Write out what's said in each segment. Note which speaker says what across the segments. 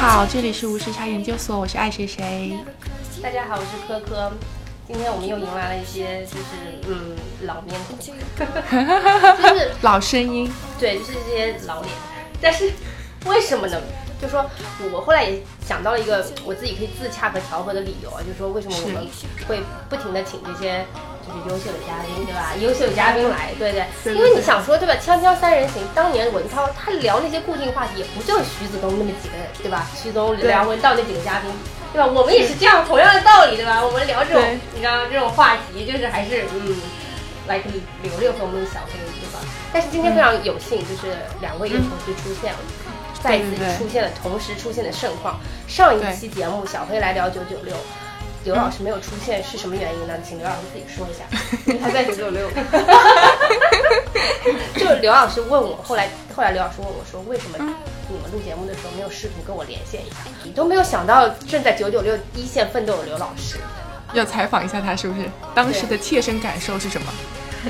Speaker 1: 好，这里是无时差研究所，我是爱谁谁。
Speaker 2: 大家好，我是科科。今天我们又迎来了一些，就是嗯，老面孔，就是
Speaker 1: 老声音，
Speaker 2: 对，就是这些老脸。但是为什么呢？就说我后来也想到了一个我自己可以自洽和调和的理由啊，就是说为什么我们会不停的请这些就是优秀的嘉宾，对吧？优秀的嘉宾来，对对，
Speaker 1: 对对
Speaker 2: 因为你想说对吧？锵锵三人行，当年文涛他聊那些固定话题，也不就徐子东那么几个人，对吧？徐东、
Speaker 1: 对
Speaker 2: 梁文道那几个嘉宾，对吧？我们也是这样同样的道理，对吧？我们聊这种
Speaker 1: 对
Speaker 2: 你知道这种话题，就是还是嗯。来留留留给我们的小黑，对吧？但是今
Speaker 3: 嗯
Speaker 2: 天非常有幸，就是两位又同时出现了，再一次
Speaker 1: 对对对
Speaker 2: 出现了同时出现的盛况。上
Speaker 1: 对
Speaker 2: 一期节目小黑来聊九九六，刘老师没有出现是什么原因呢？请刘老师自己说一下。
Speaker 3: 他在九九六，
Speaker 2: 就刘老师问我，后来后来刘老师问我说，为什么
Speaker 3: 嗯
Speaker 2: 你们录节目的时候没有视频跟我连线一下？你都没有想到正在九九六一线奋斗的刘老师，
Speaker 1: 要采访一下他是不是？当时的切身感受是什么？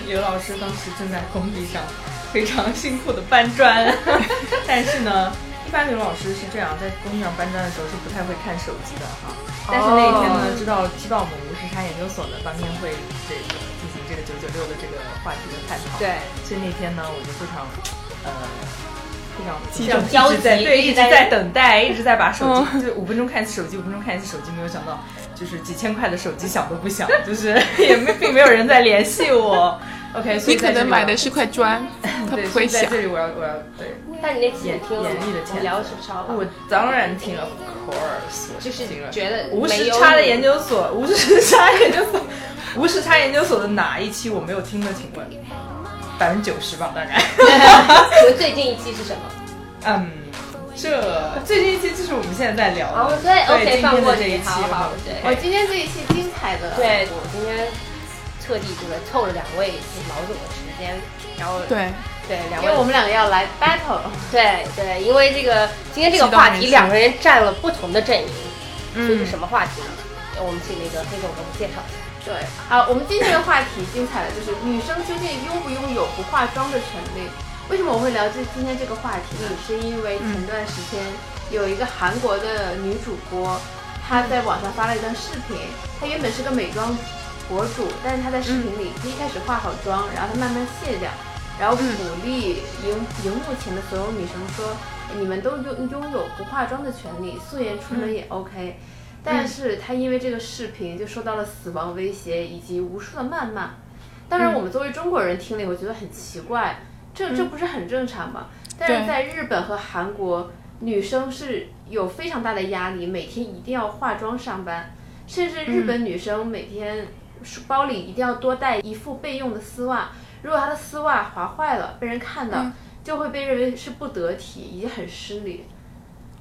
Speaker 3: 刘老师当时正在工地上非常辛苦的搬砖，但是呢，一般刘老师是这样，在工地上搬砖的时候是不太会看手机的哈。但是那一天呢，知道知道我们无时差研究所呢当天会这个进行这个九九六的这个话题的探讨，，所以那天呢，我就非常呃。非常
Speaker 1: 激
Speaker 3: 非常
Speaker 1: 动
Speaker 2: 焦急
Speaker 3: 在对，
Speaker 2: 一
Speaker 3: 一
Speaker 2: 直
Speaker 3: 直
Speaker 2: 在
Speaker 3: 在等待，一直在把手
Speaker 1: 嗯
Speaker 3: 机，就五分钟看一次手机，五分钟看一次手机，没有想到就是几千块的手机想都不想， 就是也没并没有人在联系我。OK，所
Speaker 1: 你
Speaker 3: 以
Speaker 1: 可
Speaker 3: 在这
Speaker 1: 能
Speaker 3: 里
Speaker 1: 买
Speaker 3: 我
Speaker 1: 的是块砖，他
Speaker 3: 对，
Speaker 1: 不
Speaker 3: 所以
Speaker 1: 会
Speaker 3: 在
Speaker 1: 想。
Speaker 3: 这里我要我要对，
Speaker 2: 但你那期也听了吗
Speaker 3: 严厉的，
Speaker 2: 我们聊的是不是超
Speaker 3: 我当然听了 c o u r s
Speaker 2: 就是
Speaker 3: 听了
Speaker 2: 觉得
Speaker 3: 无
Speaker 2: 没
Speaker 3: 时
Speaker 2: 有
Speaker 3: 差的
Speaker 2: 你
Speaker 3: 研究所，无时差研究所，无时差研究所的哪一期我没有听的？请问，百分之九十吧，大概。
Speaker 2: 请问最近一期是什么？
Speaker 3: 嗯，这最近一期就是我们现在在聊
Speaker 2: 哦
Speaker 3: 的，，
Speaker 2: 对
Speaker 3: 今
Speaker 2: ，OK，
Speaker 3: 天
Speaker 2: 放过
Speaker 3: 的这一
Speaker 2: 你，
Speaker 3: 期，
Speaker 2: 好好，
Speaker 3: 我
Speaker 2: 对，
Speaker 3: 们
Speaker 4: 今天这一期精彩的，
Speaker 2: 对啊我今天特地这个凑了两位老总的时间，然后
Speaker 1: 对，
Speaker 2: 对两
Speaker 4: 因为
Speaker 2: 位
Speaker 4: 我们两个要来 battle，
Speaker 2: 对对，因为这个今天这个话题，两个人占了不同的阵营，所以是什么话题呢？我们请那个黑总给我们介绍一
Speaker 4: 对，啊，我们今天的话题精彩的就是女生究竟拥不拥有不化妆的权利？为什么我会聊这今天这个话题呢？是因为前段时间有一个韩国的女主播，她在网上发了一段视频，她原本是个美妆博主，但是她在视频里，她一开始化好妆，然后她慢慢卸掉，然后鼓励荧荧幕前的所有女生说，你们都拥拥有不化妆的权利，素颜出门也 OK。但是她因为这个视频就受到了死亡威胁以及无数的谩骂。当然，我们作为中国人听了以后觉得很奇怪，这这不是很正常吗？但
Speaker 1: 对
Speaker 4: 是在日本和韩国，女生是有非常大的压力，每天一定要化妆上班，甚至日本女生每天书包里一定要多带一副备用的丝袜，如果她的丝袜划坏了被人看到，就会被认为是不得体以及很失礼。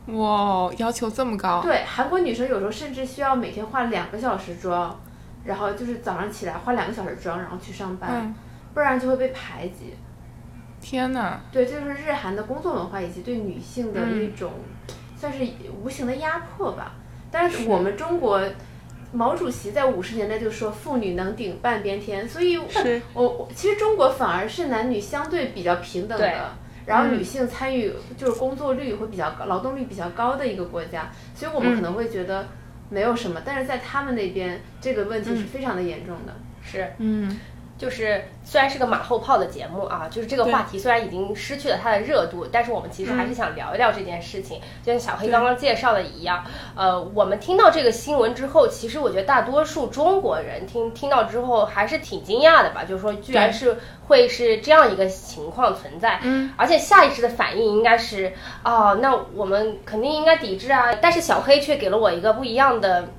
Speaker 1: 哇，要求这么高，
Speaker 4: 对，韩国女生有时候甚至需要每天化两个小时妆，然后就是早上起来化两个小时妆，然后去上班，
Speaker 1: 嗯
Speaker 4: 不然就会被排挤。
Speaker 1: 天哪，
Speaker 4: 对，这就是日韩的工作文化以及对女性的
Speaker 1: 嗯
Speaker 4: 一种，算是无形的压迫吧。但是我们中国，毛主席在五十年代就说“妇女能顶半边天”，所以
Speaker 1: 是
Speaker 4: 我我其实中国反而是男女相对比较平等
Speaker 2: 对
Speaker 4: 的，然后女性参与就是工作率会比较高，劳动率比较高的一个国家，所以我们可能会觉得没有什么，但是在他们那边这个问题是非常的严重的。
Speaker 2: 是，
Speaker 1: 嗯，
Speaker 2: 就是虽然是个马后炮的节目啊，就是这个
Speaker 1: 对嗯
Speaker 2: 话题虽然已经失去了它的热度，但是我们其实还是想聊一聊这件事情，就像小黑刚刚介绍的一样，呃，我们听到这个新闻之后，其实我觉得大多数中国人听听到之后还是挺惊讶的吧，就是说居然
Speaker 1: 对
Speaker 2: 是会是这样一个情况存在，
Speaker 1: 嗯，
Speaker 2: 而且下意识的反应应该是哦，那我们肯定应该抵制啊，但是小黑却给了我一个不一样的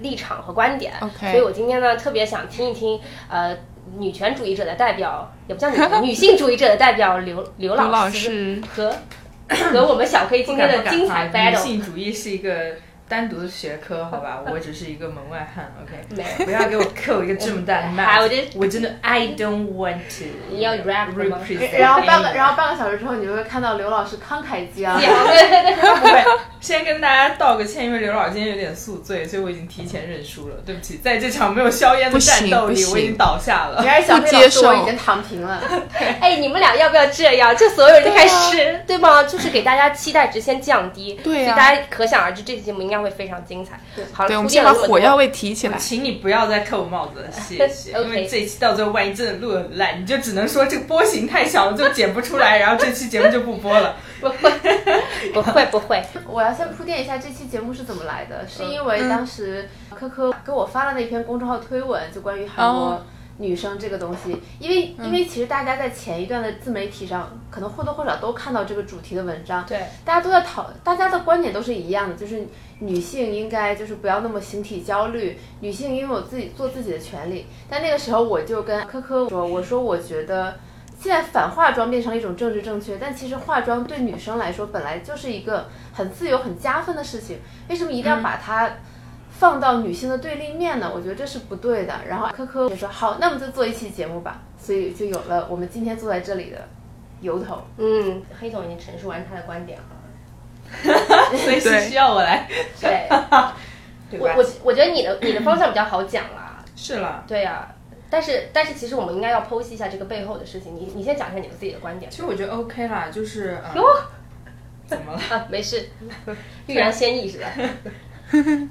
Speaker 2: 立场和观点
Speaker 1: OK
Speaker 2: 所以我今天呢特别想听一听呃女权主义者的代表，也不叫女权女性主义者的代表刘
Speaker 1: 刘
Speaker 2: 刘
Speaker 1: 老
Speaker 2: 老师
Speaker 1: 师，
Speaker 2: 和和我们小黑今天的精彩
Speaker 3: 不敢不敢
Speaker 2: battle，
Speaker 3: 女性主义是一个单独的学科，好 吧，我只是一个门外汉，OK，
Speaker 2: 没有
Speaker 3: 不要 给我扣一个这么大的
Speaker 2: 还
Speaker 3: 麦，
Speaker 2: 有这
Speaker 3: 我真的 I don't want to，
Speaker 2: 你要 rap 的吗
Speaker 3: represent，
Speaker 4: 然后半个，然
Speaker 3: 后
Speaker 4: 后半个小时之后，你就会看到刘老师慷慨激 昂
Speaker 2: 对。对对对，
Speaker 3: 不会， 先跟大家道个歉，因为刘老师今天有点宿醉，所以我已经提前认输了，对不起，在这场没有硝烟的
Speaker 1: 不行
Speaker 3: 战斗
Speaker 1: 不
Speaker 3: 里，
Speaker 1: 行
Speaker 3: 我已经倒下了。
Speaker 4: 原来小黑
Speaker 1: 不
Speaker 4: 老
Speaker 1: 接
Speaker 4: 师
Speaker 1: 受
Speaker 4: 我已经躺平了，
Speaker 2: 哎，你们俩要不要这样？这所有人就开始，对吗？就是给大家期待值先降低，
Speaker 1: 啊对呀
Speaker 2: 所以大家可想而知，这期节目应该会非常精彩。好了，
Speaker 1: 对，我们
Speaker 2: 铺
Speaker 1: 先
Speaker 2: 垫了
Speaker 1: 把
Speaker 2: 这么
Speaker 1: 火
Speaker 2: 多
Speaker 1: 药味提起来。
Speaker 3: 请你不要再扣帽子了，谢谢。
Speaker 2: OK
Speaker 3: 因为这一期到最后，万一真的录的烂，你就只能说这个波形太小了，就剪不出来，然后这期节目就不播了。
Speaker 2: 不会， 不会，不会。
Speaker 4: 我要先铺垫一下这期节目是怎么来的，是因为当时科科给我发了那篇公众号推文，就关于韩国
Speaker 1: 哦
Speaker 4: 女生这个东西，因为因为其实大家在前一段的自媒体上，可能或多或少都看到这个主题的文章，
Speaker 2: 对，
Speaker 4: 大家都在讨，大家的观点都是一样的，就是女性应该就是不要那么形体焦虑，女性拥有自己做自己的权利。但那个时候我就跟科科说，我说我觉得现在反化妆变成了一种政治正确，但其实化妆对女生来说本来就是一个很自由、很加分的事情，为什么一定要把它放到女性的对立面呢？我觉得这是不对的。然后科科就说好，那我们就做一期节目吧，所以就有了我们今天坐在这里的由头。
Speaker 2: 嗯，黑总已经陈述完他的观 点了。
Speaker 3: 所以是
Speaker 1: 对
Speaker 3: 需要我来，
Speaker 2: 对，
Speaker 3: 对
Speaker 2: 我
Speaker 3: 吧？
Speaker 2: 我我觉得你的你的方向比较好讲啦。
Speaker 3: 是了。
Speaker 2: 对呀、但是但是其实我们应该要剖析一下这个背后的事情。你你先讲一下你们自己的观点
Speaker 3: 其实我觉得 OK 啦，就是嗯，怎么了？
Speaker 2: 啊，没事， 欲扬先抑 是吧？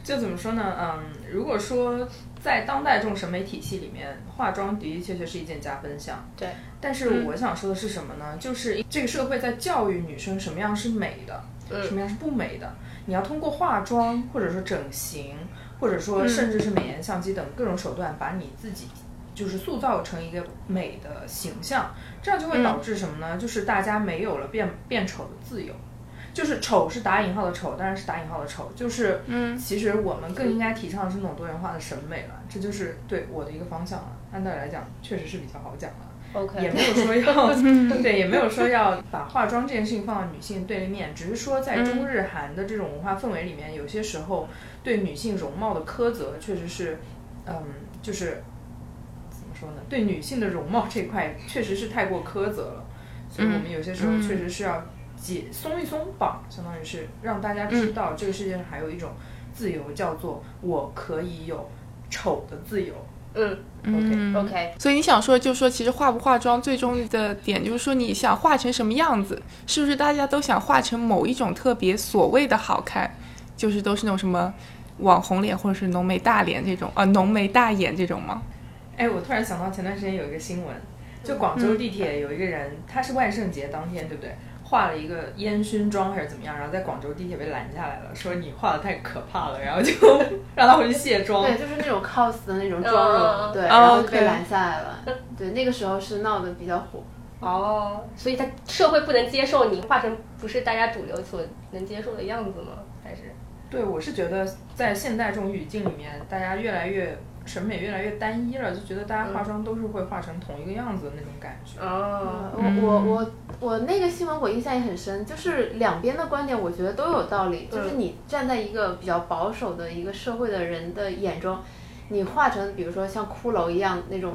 Speaker 3: 就怎么说呢？嗯，如果说在当代这种审美体系里面，化妆的的确确是一件加分项。
Speaker 2: 对，
Speaker 3: 但是我想说的是什么呢？就是这个社会在教育女生什么样是美的，什么样是不美的。你要通过化妆，或者说整形，或者说甚至是美颜相机等各种手段，把你自己就是塑造成一个美的形象，这样就会导致什么呢？就是大家没有了变变丑的自由。就是丑是打引号的丑，当然是打引号的丑，就是嗯，其实我们更应该提倡的是那种多元化的审美了，这就是对我的一个方向了。按道理来讲，确实是比较好讲了。
Speaker 2: OK，
Speaker 3: 也没有说
Speaker 1: 嗯
Speaker 3: 要，对，也没有说要把化妆这件事情放到女性对立面，只是说在中日韩的这种文化氛围里面，有些时候对女性容貌的苛责，确实是，嗯，就是怎么说呢，对女性的容貌这块确实是太过苛责了，所以我们有些时候确实是要解松一松绑，相当于是让大家知道这个世界上还有一种自由，叫做我可以有丑的自由。
Speaker 2: 嗯
Speaker 3: OK，
Speaker 2: OK，
Speaker 1: 所以你想说，就是说，其实化不化妆最终的点，就是说你想化成什么样子，是不是大家都想化成某一种特别所谓的好看，就是都是那种什么网红脸或者是浓眉大脸这种啊、浓眉大眼这种吗？
Speaker 3: 哎，我突然想到前段时间有一个新闻，就广州地铁有一个人，他是万圣节当天，对不对？化了一个烟熏妆还是怎么样，然后在广州地铁被拦下来了，说你化的太可怕了，然后就 让他回去卸妆。
Speaker 4: 对，就是那种 cos 的那种妆
Speaker 2: 嗯嗯嗯
Speaker 4: 容，对，
Speaker 2: 哦
Speaker 4: 然后就被
Speaker 1: OK
Speaker 4: 拦下来了。对，那个时候是闹得比较火。
Speaker 2: 哦，所以他社会不能接受你化成不是大家主流所能接受的样子吗？还是
Speaker 3: 对，我是觉得在现代这种语境里面，大家越来越审美越来越单一了，就觉得大家化妆都是会化成同一个样子的那种感觉。
Speaker 2: 哦，
Speaker 4: 呃我我我我那个新闻我印象也很深，就是两边的观点我觉得都有道理。就是
Speaker 2: 嗯
Speaker 4: 你站在一个比较保守的一个社会的人的眼中，你化成比如说像骷髅一样那种，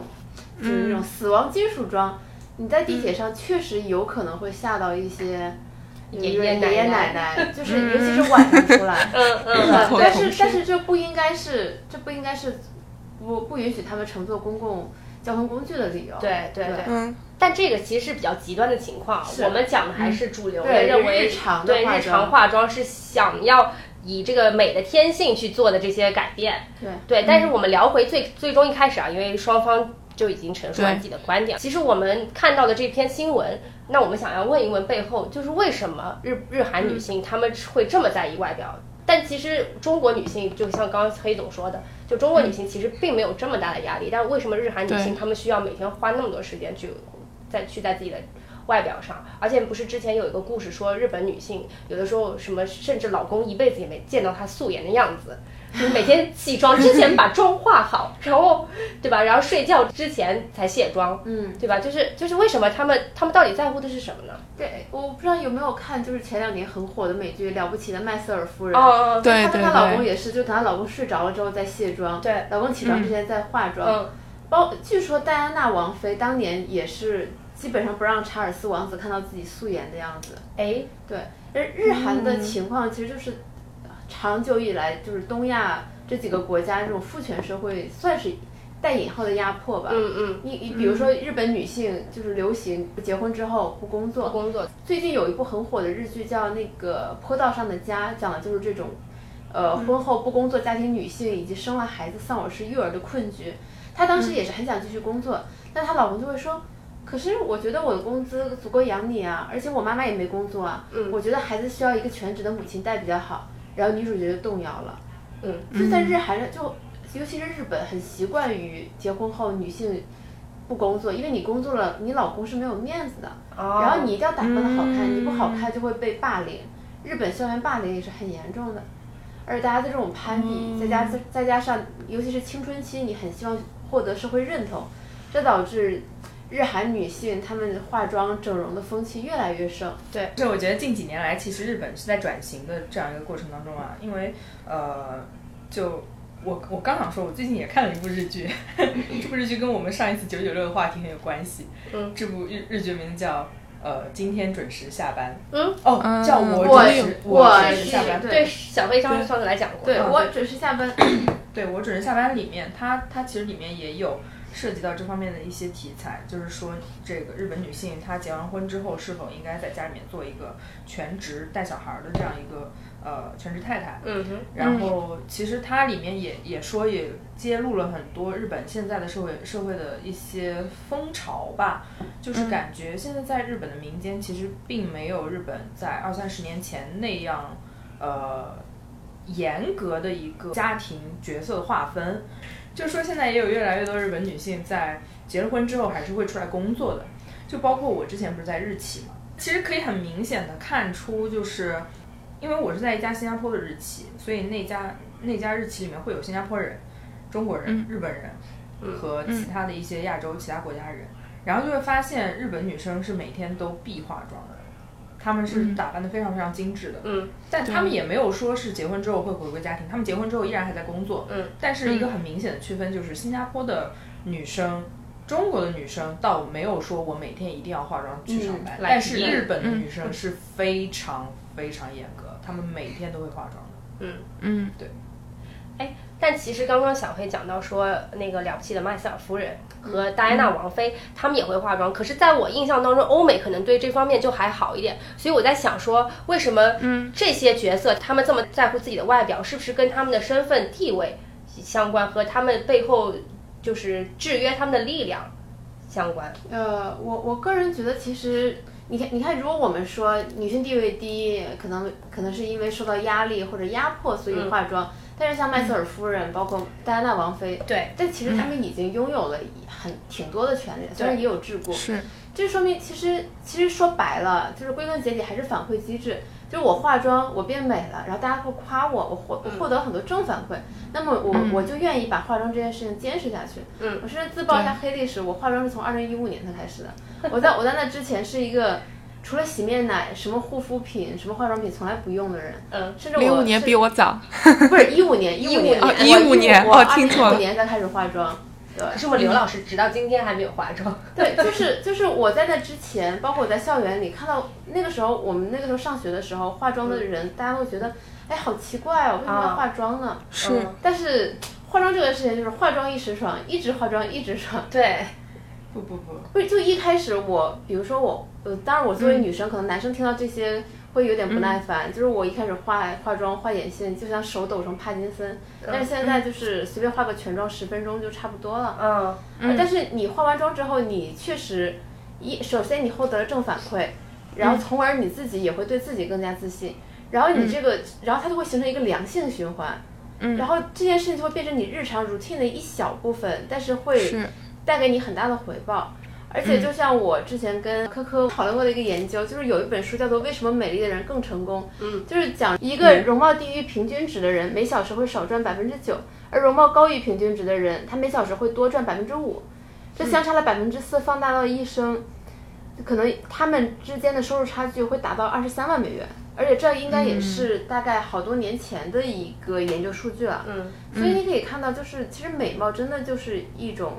Speaker 4: 就是那种死亡金属妆，你在地
Speaker 2: 嗯
Speaker 4: 铁上确实有可能会吓到一些
Speaker 2: 爷
Speaker 4: 就是
Speaker 2: 爷奶
Speaker 4: 爷爷
Speaker 2: 奶
Speaker 4: 奶奶，就是尤其是晚上出来。
Speaker 2: 嗯
Speaker 4: 对
Speaker 2: 嗯，
Speaker 1: 错
Speaker 4: 但
Speaker 1: 同
Speaker 4: 是
Speaker 1: 事
Speaker 4: 但是这不应该是这不应该是不不允许他们乘坐公共交通工具的理由。
Speaker 2: 对对对。
Speaker 1: 嗯，
Speaker 2: 但这个其实是比较极端的情况，
Speaker 4: 是
Speaker 2: 我们讲的还是主流的
Speaker 4: 对
Speaker 2: 认为
Speaker 4: 日常的
Speaker 2: 对
Speaker 4: 化
Speaker 2: 日常
Speaker 4: 妆
Speaker 2: 化妆是想要以这个美的天性去做的这些改变。
Speaker 4: 对嗯
Speaker 2: 对，但是我们聊回最最终一开始啊，因为双方就已经陈述完自己的观点。其实我们看到的这篇新闻，那我们想要问一问背后，就是为什么日日韩
Speaker 4: 嗯
Speaker 2: 女性她们会这么在意外表？但其实中国女性，就像刚刚黑总说的，就中国女性其实并没有这么大的压力。但为什么日韩女性
Speaker 1: 对
Speaker 2: 她们需要每天花那么多时间去再去在自己的外表上，而且不是之前有一 个故事说日本女性有的时候什么，甚至老公一辈子也没见到她素颜的样子，你每天起床之前把妆化好，然后对吧？然后睡觉之前才卸妆，
Speaker 4: 嗯，
Speaker 2: 对吧？就是就是为什么他们他们到底在乎的是什么呢？
Speaker 4: 对，我不知道有没有看，就是前两年很火的美剧《了不起的麦瑟尔夫人》，
Speaker 2: 哦
Speaker 1: 对
Speaker 4: 她跟她老公也是，就等她老公睡着了之后再卸妆，
Speaker 2: 对
Speaker 4: 老公起床之前再化妆。
Speaker 2: 嗯，
Speaker 4: 包据说戴安娜王妃当年也是基本上不让查尔斯王子看到自己素颜的样子。
Speaker 2: 哎，
Speaker 4: 对，而日韩
Speaker 2: 嗯
Speaker 4: 的情况其实就是呃长久以来就是东亚这几个国家这种父权社会算是带引号的压迫吧。
Speaker 2: 嗯嗯，
Speaker 4: 你你比如说日本女性就是流行结婚之后不工作，
Speaker 2: 工作
Speaker 4: 最近有一部很火的日剧叫那个《坡道上的家》，讲的就是这种，呃，
Speaker 2: 嗯
Speaker 4: 婚后不工作家庭女性以及生完孩子丧偶式育儿的困局。她当时也是很想继续工作，但她老公就会说：“可是我觉得我的工资足够养你啊，而且我妈妈也没工作啊，
Speaker 2: 嗯
Speaker 4: 我觉得孩子需要一个全职的母亲带比较好。”然后女主角就动摇了。
Speaker 2: 嗯，
Speaker 4: 就在日韩就尤其是日本很习惯于结婚后女性不工作，因为你工作了，你老公是没有面子的。然
Speaker 2: 然
Speaker 4: 后你一定要打扮的好看，
Speaker 1: 嗯
Speaker 4: 你不好看就会被霸凌。日本校园霸凌也是很严重的，而大家的这种攀比，再加再再加上，尤其是青春期，你很希望获得社会认同，这导致日韩女性她们化妆整容的风气越来越盛。
Speaker 3: 这我觉得近几年来，其实日本是在转型的这样一个过程当中啊，因为呃，就我我刚想说，我最近也看了一部日 剧，这部日剧跟我们上一次九九六的话题很有关系。
Speaker 2: 嗯，
Speaker 3: 这部日日剧名字叫呃，今天准时下班。
Speaker 2: 嗯，
Speaker 3: 哦，
Speaker 1: 嗯
Speaker 3: 叫我
Speaker 4: 我
Speaker 3: 准时，
Speaker 4: 我
Speaker 3: 准时
Speaker 4: 是
Speaker 3: 下班。
Speaker 4: 对
Speaker 2: 对小飞上上次来讲过，
Speaker 4: 对
Speaker 3: 嗯
Speaker 4: 我
Speaker 3: 对
Speaker 4: 准时下班，
Speaker 3: 对我准时下班里面，它它其实里面也有涉及到这方面的一些题材，就是说这个日本女性她结完婚之后是否应该在家里面做一个全职带小孩儿的这样一个呃全职太太。
Speaker 2: 嗯哼，
Speaker 3: 然后其实它里面也也说也揭露了很多日本现在的社会社会的一些风潮吧，就是感觉现在在日本的民间其实并没有日本在二三十年前那样呃严格的一个家庭角色的划分，就是说现在也有越来越多日本女性在结了婚之后还是会出来工作的，就包括我之前不是在日企嘛，其实可以很明显的看出就是。因为我是在一家新加坡的日企，所以那家那家日企里面会有新加坡人、中国人、
Speaker 1: 嗯
Speaker 3: 日本人
Speaker 2: 嗯
Speaker 3: 和其他的一些亚洲其他国家人，
Speaker 1: 嗯
Speaker 3: 然后就会发现日本女生是每天都必化妆的，她们是
Speaker 1: 嗯
Speaker 3: 打扮的非常非常精致的，
Speaker 2: 嗯
Speaker 3: 但
Speaker 1: 对
Speaker 3: 她们也没有说是结婚之后会回归家庭，她们结婚之后依然还在工作，
Speaker 2: 嗯，
Speaker 3: 但是一个很明显的区分就是新加坡的女生。中国的女生倒没有说我每天一定要化妆去上班，
Speaker 2: 嗯来
Speaker 3: 但是
Speaker 2: 体验
Speaker 3: 日本的
Speaker 1: 嗯
Speaker 3: 女生是非常非常严格，她们每天都会化妆的。
Speaker 2: 嗯。
Speaker 1: 嗯，
Speaker 2: 但其实刚刚小黑讲到说，那个了不起的麦瑟尔夫人和戴安娜王妃，她们也会化妆。可是，在我印象当中，欧美可能对这方面就还好一点。所以我在想说，为什么这些角色他们这么在乎自己的外表，是不是跟他们的身份地位相关，和他们背后就是制约他们的力量相关？
Speaker 4: 呃，我我个人觉得，其实你看，你看，如果我们说女性地位低，可能可能是因为受到压力或者压迫，所以
Speaker 2: 嗯
Speaker 4: 化妆。但是像麦瑟尔夫人，包括戴安娜王妃，
Speaker 2: 对，嗯
Speaker 4: 但其实她们已经拥有了很挺多的权利，虽然也有桎梏。
Speaker 1: 是，
Speaker 4: 这说明其实其实说白了，就是归根结底还是反馈机制。就是我化妆，我变美了，然后大家会夸我，我
Speaker 2: 嗯
Speaker 4: 获我获得很多正反馈，那么我、
Speaker 1: 嗯
Speaker 4: 我就愿意把化妆这件事情坚持下去。
Speaker 2: 嗯
Speaker 4: 我甚至自曝一下黑历史，我化妆是从二零一五年才开始的。我在我在那之前是一个除了洗面奶、什么护肤品、什么化妆品从来不用的人，
Speaker 2: 嗯
Speaker 4: 甚至我
Speaker 1: 零五年
Speaker 4: 是
Speaker 1: 比我早，
Speaker 4: 不是一五年一五
Speaker 2: 15
Speaker 4: 年
Speaker 2: 哦
Speaker 1: 15年
Speaker 4: 我
Speaker 1: 哦听错了
Speaker 4: 五年才开始化妆。对，
Speaker 2: 可是我们刘老师直到今天还没有化妆。
Speaker 4: 对，就是就是我在那之前，包括我在校园里看到那个时候，我们那个时候上学的时候，化妆的人，大家会觉得，哎，好奇怪哦，为什么要化妆呢？
Speaker 1: 是
Speaker 2: 嗯
Speaker 4: 但是化妆这个事情就是化妆一时爽，一直化妆一直爽。
Speaker 2: 对，
Speaker 3: 不不不，
Speaker 4: 不是，就一开始我，比如说我，呃，当然我作为女生，可能男生听到这些会有点不耐烦。就是我一开始化化妆、画眼线，就像手抖成帕金森，但是现在就是随便化个全妆，十分钟就差不多了。
Speaker 2: 嗯
Speaker 4: 但是你化完妆之后，你确实一首先你获得了正反馈，然后从而你自己也会对自己更加自信，然后你这个，然后它就会形成一个良性循环。嗯，然后这件事情就会变成你日常 routine 的一小部分，但是会
Speaker 1: 是，
Speaker 4: 带给你很大的回报。而且就像我之前跟科科讨论过的一个研究，就是有一本书叫做《为什么美丽的人更成功》，
Speaker 2: 嗯，
Speaker 4: 就是讲一个容貌低于平均值的人，每小时会少赚百分之九，而容貌高于平均值的人，他每小时会多赚百分之五，这相差了百分之四，放大到一生，可能他们之间的收入差距会达到二十三万美元，而且这应该也是大概好多年前的一个研究数据了，
Speaker 2: 嗯，
Speaker 4: 所以你可以看到，就是其实美貌真的就是一种，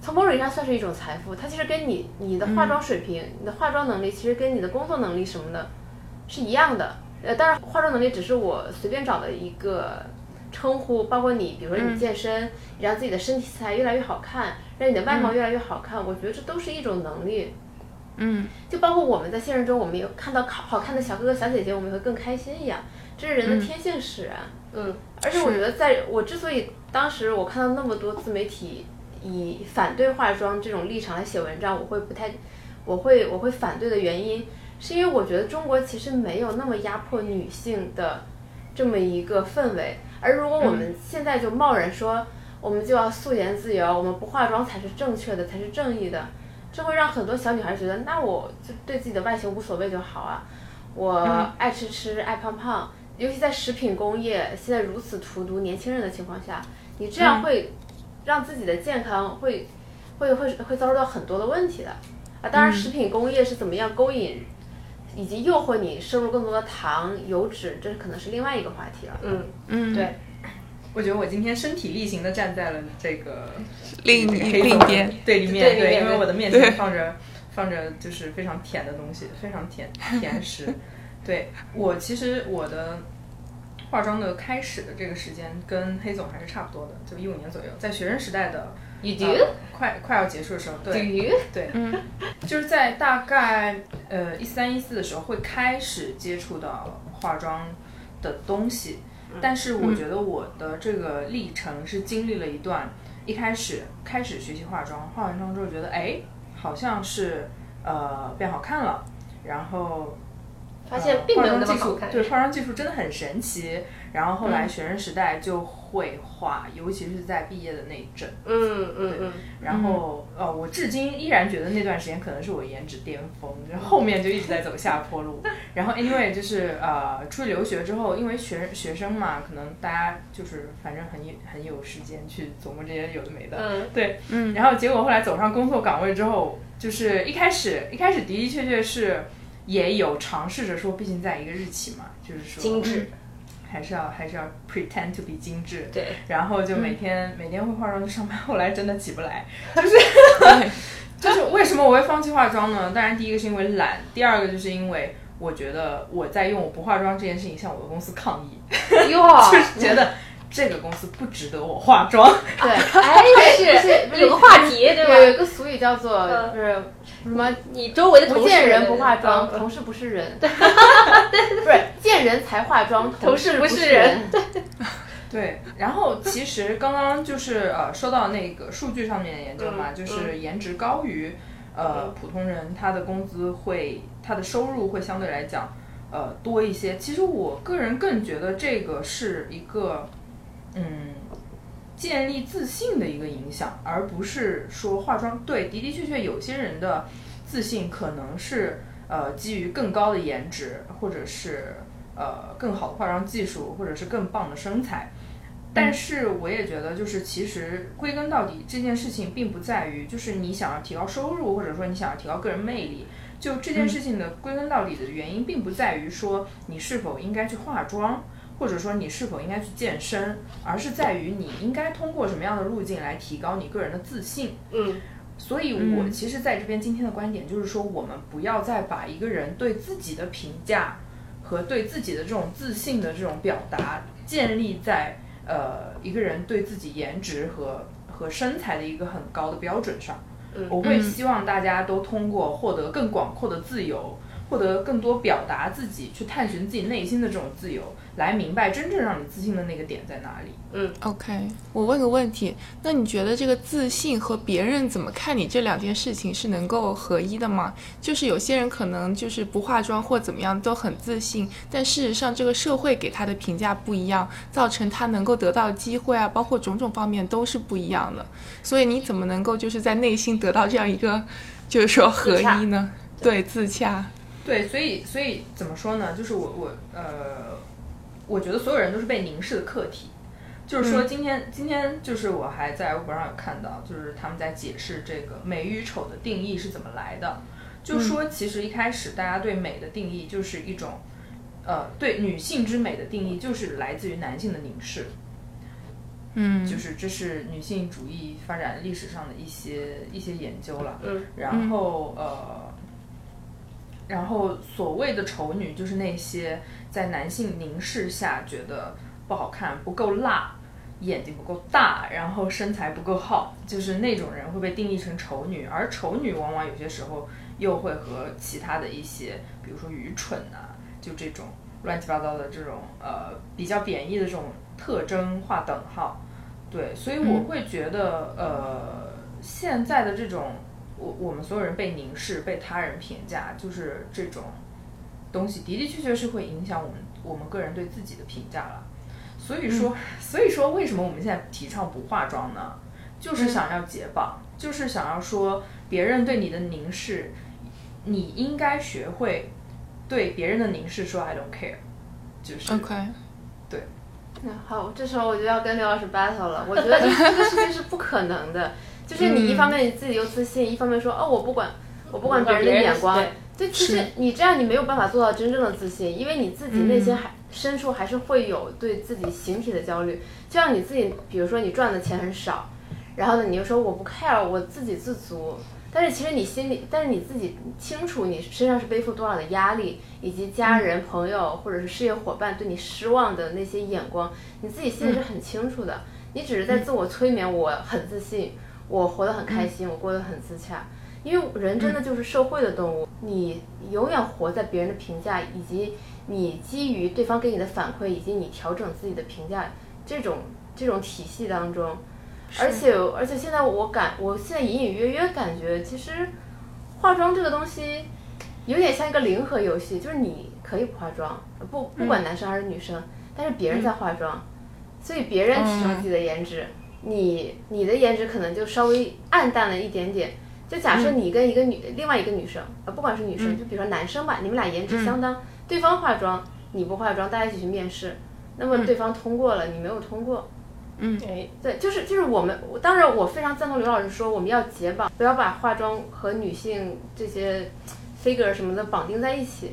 Speaker 4: 从某种意义上算是一种财富。它其实跟你你的化妆水平、你的化妆能力，其实跟你的工作能力什么的是一样的。呃，当然，化妆能力只是我随便找的一个称呼，包括你，比如说你健身，你让自己的身体体态越来越好看，让你的外貌越来越好看，我觉得这都是一种能力。
Speaker 1: 嗯
Speaker 4: 就包括我们在现实中，我们也看到好好看的小哥哥、小姐姐，我们会更开心一样，这是人的天性使然、
Speaker 2: 嗯，
Speaker 4: 而且我
Speaker 1: 是
Speaker 4: 觉得在，我之所以当时我看到那么多自媒体以反对化妆这种立场来写文章，我会不太，我会我会反对的原因，是因为我觉得中国其实没有那么压迫女性的这么一个氛围，而如果我们现在就贸然说，我们就要素颜自由，我们不化妆才是正确的，才是正义的，这会让很多小女孩觉得，那我就对自己的外形无所谓就好啊，我爱吃吃，爱胖胖。尤其在食品工业现在如此荼毒年轻人的情况下，你这
Speaker 2: 嗯
Speaker 4: 样会让自己的健康会、会会会遭受到很多的问题的啊！
Speaker 2: 嗯
Speaker 4: 当然，食品工业是怎么样勾引以及诱惑你摄入更多的糖、油脂，这可能是另外一个话题了。
Speaker 2: 嗯，
Speaker 1: 嗯，
Speaker 2: 对，
Speaker 3: 我觉得我今天身体力行的站在了这个
Speaker 1: 另一
Speaker 3: 黑
Speaker 1: 另一
Speaker 3: 色
Speaker 1: 边，
Speaker 3: 对里面
Speaker 2: 对里面
Speaker 3: 因为
Speaker 2: 对
Speaker 3: 我的面
Speaker 1: 对
Speaker 3: 前放着放着就是非常甜的东西，非常甜甜食。对我其实我的化妆的开始的这个时间跟黑总还是差不多的，就一五年左右，在学生时代的
Speaker 2: 雨
Speaker 3: 呃快快要结束的时候，对，
Speaker 2: 鱼，
Speaker 3: 对，
Speaker 1: 嗯
Speaker 3: 就是在大概呃一三一四的时候会开始接触到化妆的东西，嗯但是我觉得我的这个历程是经历了一段，一开始开始学习化妆，化完妆之后觉得哎，好像是呃变好看了，然后
Speaker 2: 发现并没有那么好
Speaker 3: 化妆技
Speaker 2: 看，
Speaker 3: 术对，嗯化妆技术真的很神奇。然后后来学生时代就会画，尤其是在毕业的那一阵。
Speaker 2: 嗯嗯嗯，
Speaker 3: 然后呃，我至今依然觉得那段时间可能是我颜值巅峰，然后后面就一直在走下坡路。 然后 anyway 就是呃，出去留学之后，因为学学生嘛，可能大家就是反正很有很有时间去琢磨这些有的没的。
Speaker 2: 嗯
Speaker 3: 对，
Speaker 1: 嗯
Speaker 3: 然后结果后来走上工作岗位之后，就是一开始一开始的的确确是也有尝试着说，毕竟在一个日期嘛，就是说
Speaker 2: 精致，
Speaker 3: 还是要还是要 pretend to be 精致，
Speaker 2: 对，
Speaker 3: 然后就每天、每天会化妆去上班，后来真的起不来， 就是就是为什么我会放弃化妆呢？当然，第一个是因为懒，第二个就是因为我觉得我在用我不化妆这件事情向我的公司抗议，
Speaker 2: 哟，
Speaker 3: 就是嗯觉得这个公司不值得我化妆。
Speaker 4: 对，
Speaker 2: 哎，
Speaker 4: 不是
Speaker 2: 是
Speaker 4: 不是
Speaker 2: 有个话题对
Speaker 4: 对，有
Speaker 2: 吧？
Speaker 4: 一个俗语叫做
Speaker 2: 嗯
Speaker 4: 就是什么
Speaker 2: 你周围的
Speaker 4: 不
Speaker 2: 同事
Speaker 4: 见人不化妆，
Speaker 2: 嗯
Speaker 4: 同事不是 人。对，不是见人才化妆，同事
Speaker 2: 同事不
Speaker 4: 是
Speaker 2: 是人。
Speaker 3: 对，然后其实刚刚就是呃说到那个数据上面的研究嘛，
Speaker 2: 嗯
Speaker 3: 就是颜值高于呃
Speaker 2: 嗯
Speaker 3: 普通人，他的工资会他的收入会相对来讲呃多一些。其实我个人更觉得这个是一个嗯建立自信的一个影响，而不是说化妆。对，的的确确有些人的自信可能是呃基于更高的颜值，或者是呃更好的化妆技术，或者是更棒的身材。但是我也觉得，就是其实归根到底，这件事情并不在于就是你想要提高收入，或者说你想要提高个人魅力，就这件事情的归根到底的原因，并不在于说你是否应该去化妆，或者说你是否应该去健身，而是在于你应该通过什么样的路径来提高你个人的自信。
Speaker 2: 嗯
Speaker 3: 所以，我其实在这边今天的观点就是说，我们不要再把一个人对自己的评价和对自己的这种自信的这种表达，建立在呃一个人对自己颜值和和身材的一个很高的标准上
Speaker 2: 嗯。
Speaker 3: 我会希望大家都通过获得更广阔的自由，获得更多表达自己、去探寻自己内心的这种自由，来明白真正让你自信的那个点在哪里。
Speaker 1: OK，我问个问题，那你觉得这个自信和别人怎么看你这两件事情是能够合一的吗？就是有些人可能就是不化妆或怎么样都很自信，但事实上这个社会给他的评价不一样，造成他能够得到的机会啊，包括种种方面都是不一样的。所以你怎么能够就是在内心得到这样一个就是说合一呢？对，自洽。
Speaker 3: 对，所以所以怎么说呢？就是我我呃，我觉得所有人都是被凝视的客体。就是说，今天、今天就是我还在微博上有看到，就是他们在解释这个美与丑的定义是怎么来的。就说其实一开始大家对美的定义就是一种，呃，对女性之美的定义就是来自于男性的凝视。
Speaker 1: 嗯，
Speaker 3: 就是这是女性主义发展历史上的一些一些研究了。
Speaker 2: 嗯，
Speaker 3: 然后呃，然后所谓的丑女，就是那些在男性凝视下觉得不好看、不够辣、眼睛不够大，然后身材不够好，就是那种人会被定义成丑女。而丑女往往有些时候又会和其他的一些，比如说愚蠢啊，就这种乱七八糟的这种呃比较贬义的这种特征划等号。对，所以我会觉得，呃，现在的这种，我我们所有人被凝视、被他人评价，就是这种东西，的的确确是会影响我们我们个人对自己的评价了。所以说，所以说，为什么我们现在提倡不化妆呢？就是想要解绑，就是想要说别人对你的凝视，你应该学会对别人的凝视说 I don't care，就是。
Speaker 1: OK，
Speaker 4: 那 好，这时候我就要跟刘老师 battle 了。我觉得这这个事情是不可能的，就是你一方面你自己又自信，一方面说哦我不管，我不管别人的眼光。
Speaker 2: 对
Speaker 4: 对，其
Speaker 1: 是
Speaker 4: 实你这样你没有办法做到真正的自信，因为你自己内心还、深处还是会有对自己形体的焦虑。就像你自己，比如说你赚的钱很少，然后呢你又说我不 care，我自给自足。但是其实你心里，但是你自己清楚你身上是背负多少的压力，以及家人、朋友或者是事业伙伴对你失望的那些眼光，你自己心里是很清楚的。你只是在自我催眠，我很自信，我活得很开心，我过得很自洽。因为人真的就是社会的动物，你永远活在别人的评价，以及你基于对方给你的反馈，以及你调整自己的评价这种这种体系当中。而且而且现在我感，我现在隐隐约约感觉，其实化妆这个东西有点像一个零和游戏，就是你可以不化妆，不不管男生还是女生，但是别人在化妆，所以别人提升自己的颜值，你你的颜值可能就稍微暗淡了一点点。就假设你跟一个女、另外一个女生，呃，不管是女生，就比如说男生吧，你们俩颜值相当，对方化妆，你不化妆，大家一起去面试，那么对方通过了，你没有通过，
Speaker 2: 哎，
Speaker 4: 对，就是就是我们，我当然我非常赞同刘老师说，我们要解绑，不要把化妆和女性这些 figure 什么的绑定在一起。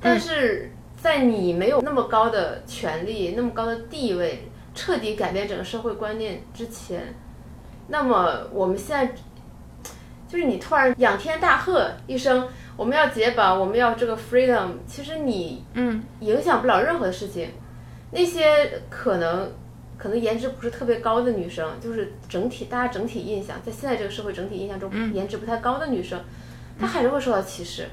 Speaker 4: 但是在你没有那么高的权利、那么高的地位，彻底改变整个社会观念之前，那么我们现在就是你突然仰天大喝一声，我们要解绑，我们要这个 freedom，其实你
Speaker 1: 嗯
Speaker 4: 影响不了任何事情。那些可能可能颜值不是特别高的女生，就是整体大家整体印象，在现在这个社会整体印象中，颜值不太高的女生，她还是会受到歧视。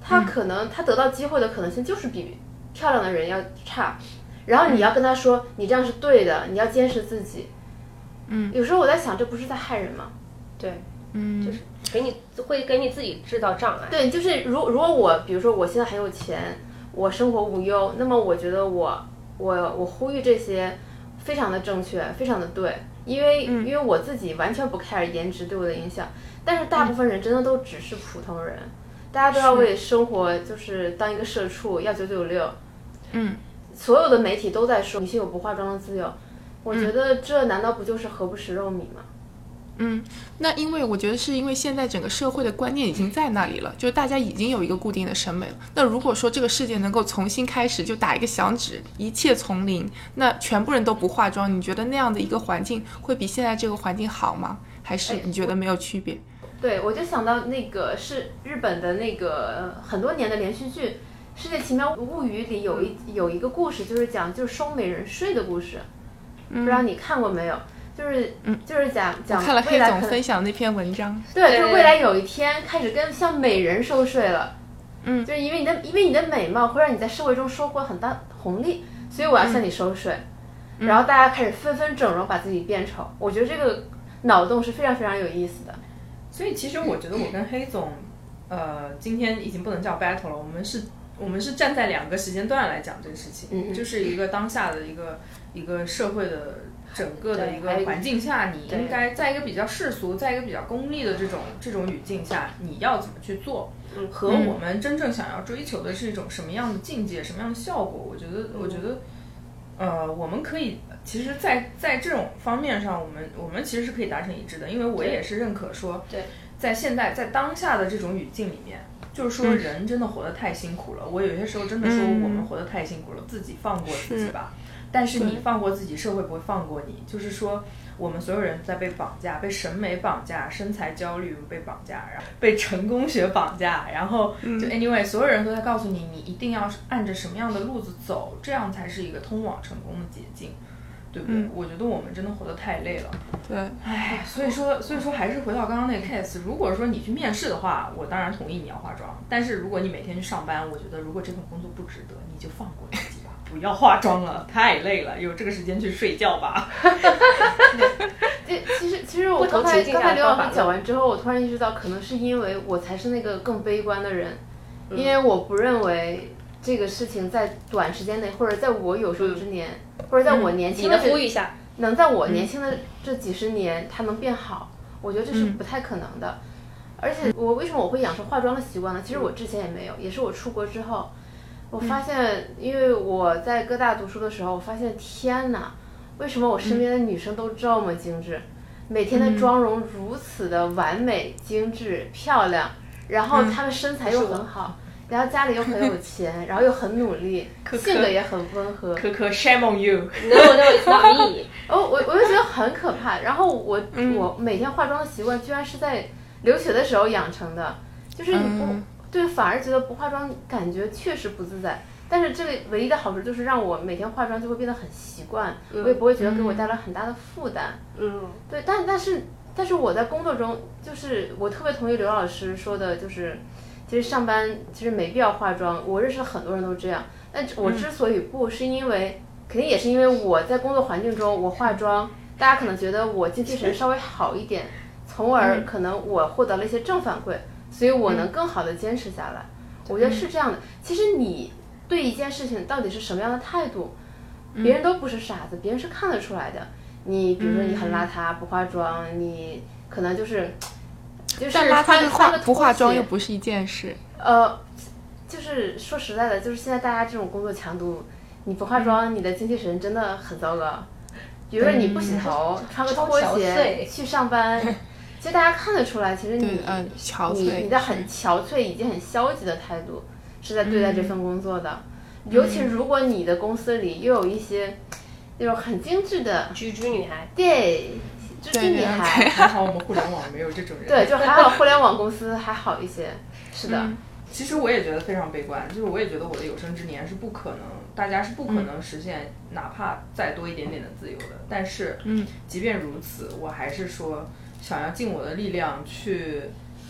Speaker 4: 她可能她得到机会的可能性就是比漂亮的人要差。然后你要跟她说，你这样是对的，你要坚持自己。嗯，有时候我在想，这不是在害人吗？
Speaker 1: 嗯
Speaker 2: 给你会给你自己制造障碍。
Speaker 4: 对，就是如如果我，比如说我现在很有钱，我生活无忧，那么我觉得我我我呼吁这些非常的正确，非常的对，因为、因为我自己完全不 care 颜值对我的影响，但是大部分人真的都只是普通人，大家都要为生活就是当一个社畜，要九九六，
Speaker 1: 嗯，
Speaker 4: 所有的媒体都在说女性有不化妆的自由，我觉得这难道不就是何不食肉糜吗？
Speaker 1: 嗯，那因为我觉得是因为现在整个社会的观念已经在那里了，就是大家已经有一个固定的审美了。那如果说这个世界能够重新开始，就打一个响指，一切从零，那全部人都不化妆，你觉得那样的一个环境会比现在这个环境好吗？还是
Speaker 4: 哎
Speaker 1: 你觉得没有区别？
Speaker 4: 对，我就想到那个是日本的那个呃很多年的连续剧《世界奇妙物语》里有一
Speaker 1: 嗯
Speaker 4: 有一个故事，就是讲就是收美人税的故事，不知道你看过没有？就是就是讲讲
Speaker 1: 嗯看了
Speaker 4: 未
Speaker 1: 黑
Speaker 4: 来
Speaker 1: 总
Speaker 4: 可能
Speaker 1: 分享的那篇文章，
Speaker 4: 对，就是
Speaker 2: 对
Speaker 4: 未来有一天开始跟像美人收税了，嗯，就是因为你的因为你的美貌会让你在社会中收获很大红利，所以我要
Speaker 1: 嗯
Speaker 4: 向你收税。然后大家开始纷纷整容，把自己变丑。我觉得这个脑洞是非常非常有意思的。
Speaker 3: 所以其实我觉得我跟黑总，呃，今天已经不能叫 battle 了，我们是，我们是站在两个时间段来讲这个事情，
Speaker 2: 嗯嗯
Speaker 3: 就是一个当下的一个一个社会的整个的一个
Speaker 2: 对还有
Speaker 3: 环境下，你
Speaker 2: 对
Speaker 3: 应该在一个比较世俗，在一个比较功利的这种这种语境下，你要怎么去做，
Speaker 2: 嗯
Speaker 3: 和我们真正想要追求的是一种什么样的境界，什么样的效果？我觉得，我觉得。呃，我们可以，其实在，在这种方面上，我们我们其实是可以达成一致的，因为我
Speaker 2: 对
Speaker 3: 也是认可说，
Speaker 2: 对，
Speaker 3: 在现在在当下的这种语境里面，就是说人真的活得太辛苦了。我有些时候真的说
Speaker 1: 嗯
Speaker 3: 我们活得太辛苦了，自己放过自己吧。但是你放过自己，社会不会放过你。就是说，我们所有人都在被绑架，被审美绑架，身材焦虑被绑架，然后被成功学绑架，然后
Speaker 1: 嗯
Speaker 3: 就 anyway，所有人都在告诉你，你一定要按着什么样的路子走，这样才是一个通往成功的捷径，对不对？
Speaker 1: 嗯
Speaker 3: 我觉得我们真的活得太累了。
Speaker 1: 对，
Speaker 3: 哎，所以说，所以说还是回到刚刚那个 case，如果说你去面试的话，我当然同意你要化妆，但是如果你每天去上班，我觉得如果这份工作不值得，你就放过自己吧，不要化妆了，太累了，有这个时间去睡觉吧。
Speaker 4: 这其实其实我
Speaker 2: 不同
Speaker 4: 刚才
Speaker 2: 情境下
Speaker 4: 刚才刘老
Speaker 2: 方
Speaker 4: 师
Speaker 2: 法
Speaker 4: 讲完之后，我突然意识到，可能是因为我才是那个更悲观的人，
Speaker 2: 嗯
Speaker 4: 因为我不认为这个事情在短时间内，或者在我有生之年，或者在我年
Speaker 2: 嗯你
Speaker 4: 轻
Speaker 2: 的
Speaker 4: 的
Speaker 2: 呼
Speaker 4: 这
Speaker 2: 吁一 下，
Speaker 4: 能在我年轻的这几十年，它能变好，我觉得这是
Speaker 1: 嗯
Speaker 4: 不太可能的。而且我为什么我会养成化妆的习惯呢？其实我之前也没有，也是我出国之后，我发现，因为我在哥大读书的时候，我发现天哪，为什么我身边的女生都这么精致，每天的妆容如此的完美、精致、漂亮，然后她们身材又很好，然后家里又很有钱，然后又很努力，性格也很温和，
Speaker 3: 可可，shame on you。
Speaker 2: no no it's not me，
Speaker 4: 哦，我我就觉得很可怕。然后我、我每天化妆的习惯，居然是在留学的时候养成的，就是你不、
Speaker 1: 嗯
Speaker 4: 对，反而觉得不化妆感觉确实不自在。但是这个唯一的好处就是让我每天化妆就会变得很习惯，我也不会觉得给我带来很大的负担。
Speaker 2: 嗯，
Speaker 4: 对，但但是但是我在工作中，就是我特别同意刘老师说的，就是其实上班其实没必要化妆。我认识很多人都这样，但我
Speaker 1: 嗯
Speaker 4: 之所以不，是因为肯定也是因为我在工作环境中我化妆，大家可能觉得我精气神稍微好一点，从
Speaker 1: 嗯
Speaker 4: 而可能我获得了一些正反馈，所以我能更好的坚持下来。我
Speaker 1: 嗯
Speaker 4: 觉得是这样的。其实你对一件事情到底是什么样的态度，
Speaker 1: 嗯
Speaker 4: 别人都不是傻子，别人是看得出来的。你比如说你很
Speaker 1: 嗯
Speaker 4: 邋遢，不化妆，你可能就是就是
Speaker 1: 但邋遢
Speaker 4: 穿穿
Speaker 1: 跟化
Speaker 4: 个
Speaker 1: 不化
Speaker 4: 拖
Speaker 1: 妆
Speaker 4: 鞋
Speaker 1: 又不是一件事。
Speaker 4: 呃，就是说实在的，就是现在大家这种工作强度，你不
Speaker 1: 嗯
Speaker 4: 化妆，你的精气神真的很糟糕。比如说你不洗
Speaker 1: 嗯
Speaker 4: 头，穿个拖
Speaker 2: 超憔
Speaker 4: 鞋
Speaker 2: 悴
Speaker 4: 去上班，其实大家看得出来，其实
Speaker 1: 对
Speaker 4: 你，
Speaker 1: 嗯，憔
Speaker 4: 你
Speaker 1: 悴
Speaker 4: 你的很憔悴以及很消极的态度是在对待
Speaker 1: 嗯
Speaker 4: 这份工作的。尤其如果你的公司里又有一些那种很精致的
Speaker 2: 居居女孩，
Speaker 4: 对蜘蛛
Speaker 1: 对
Speaker 4: 女
Speaker 1: 对
Speaker 4: 孩，
Speaker 3: 还好我们互联网没有这种人。
Speaker 4: 对，就还好互联网公司还好一些。是
Speaker 1: 嗯
Speaker 4: 的，
Speaker 3: 其实我也觉得非常悲观，就是我也觉得我的有生之年是不可能，大家是不可能实现哪怕再多一点点的自由的。但是，
Speaker 1: 嗯，
Speaker 3: 即便如此，我还是说想要尽我的力量去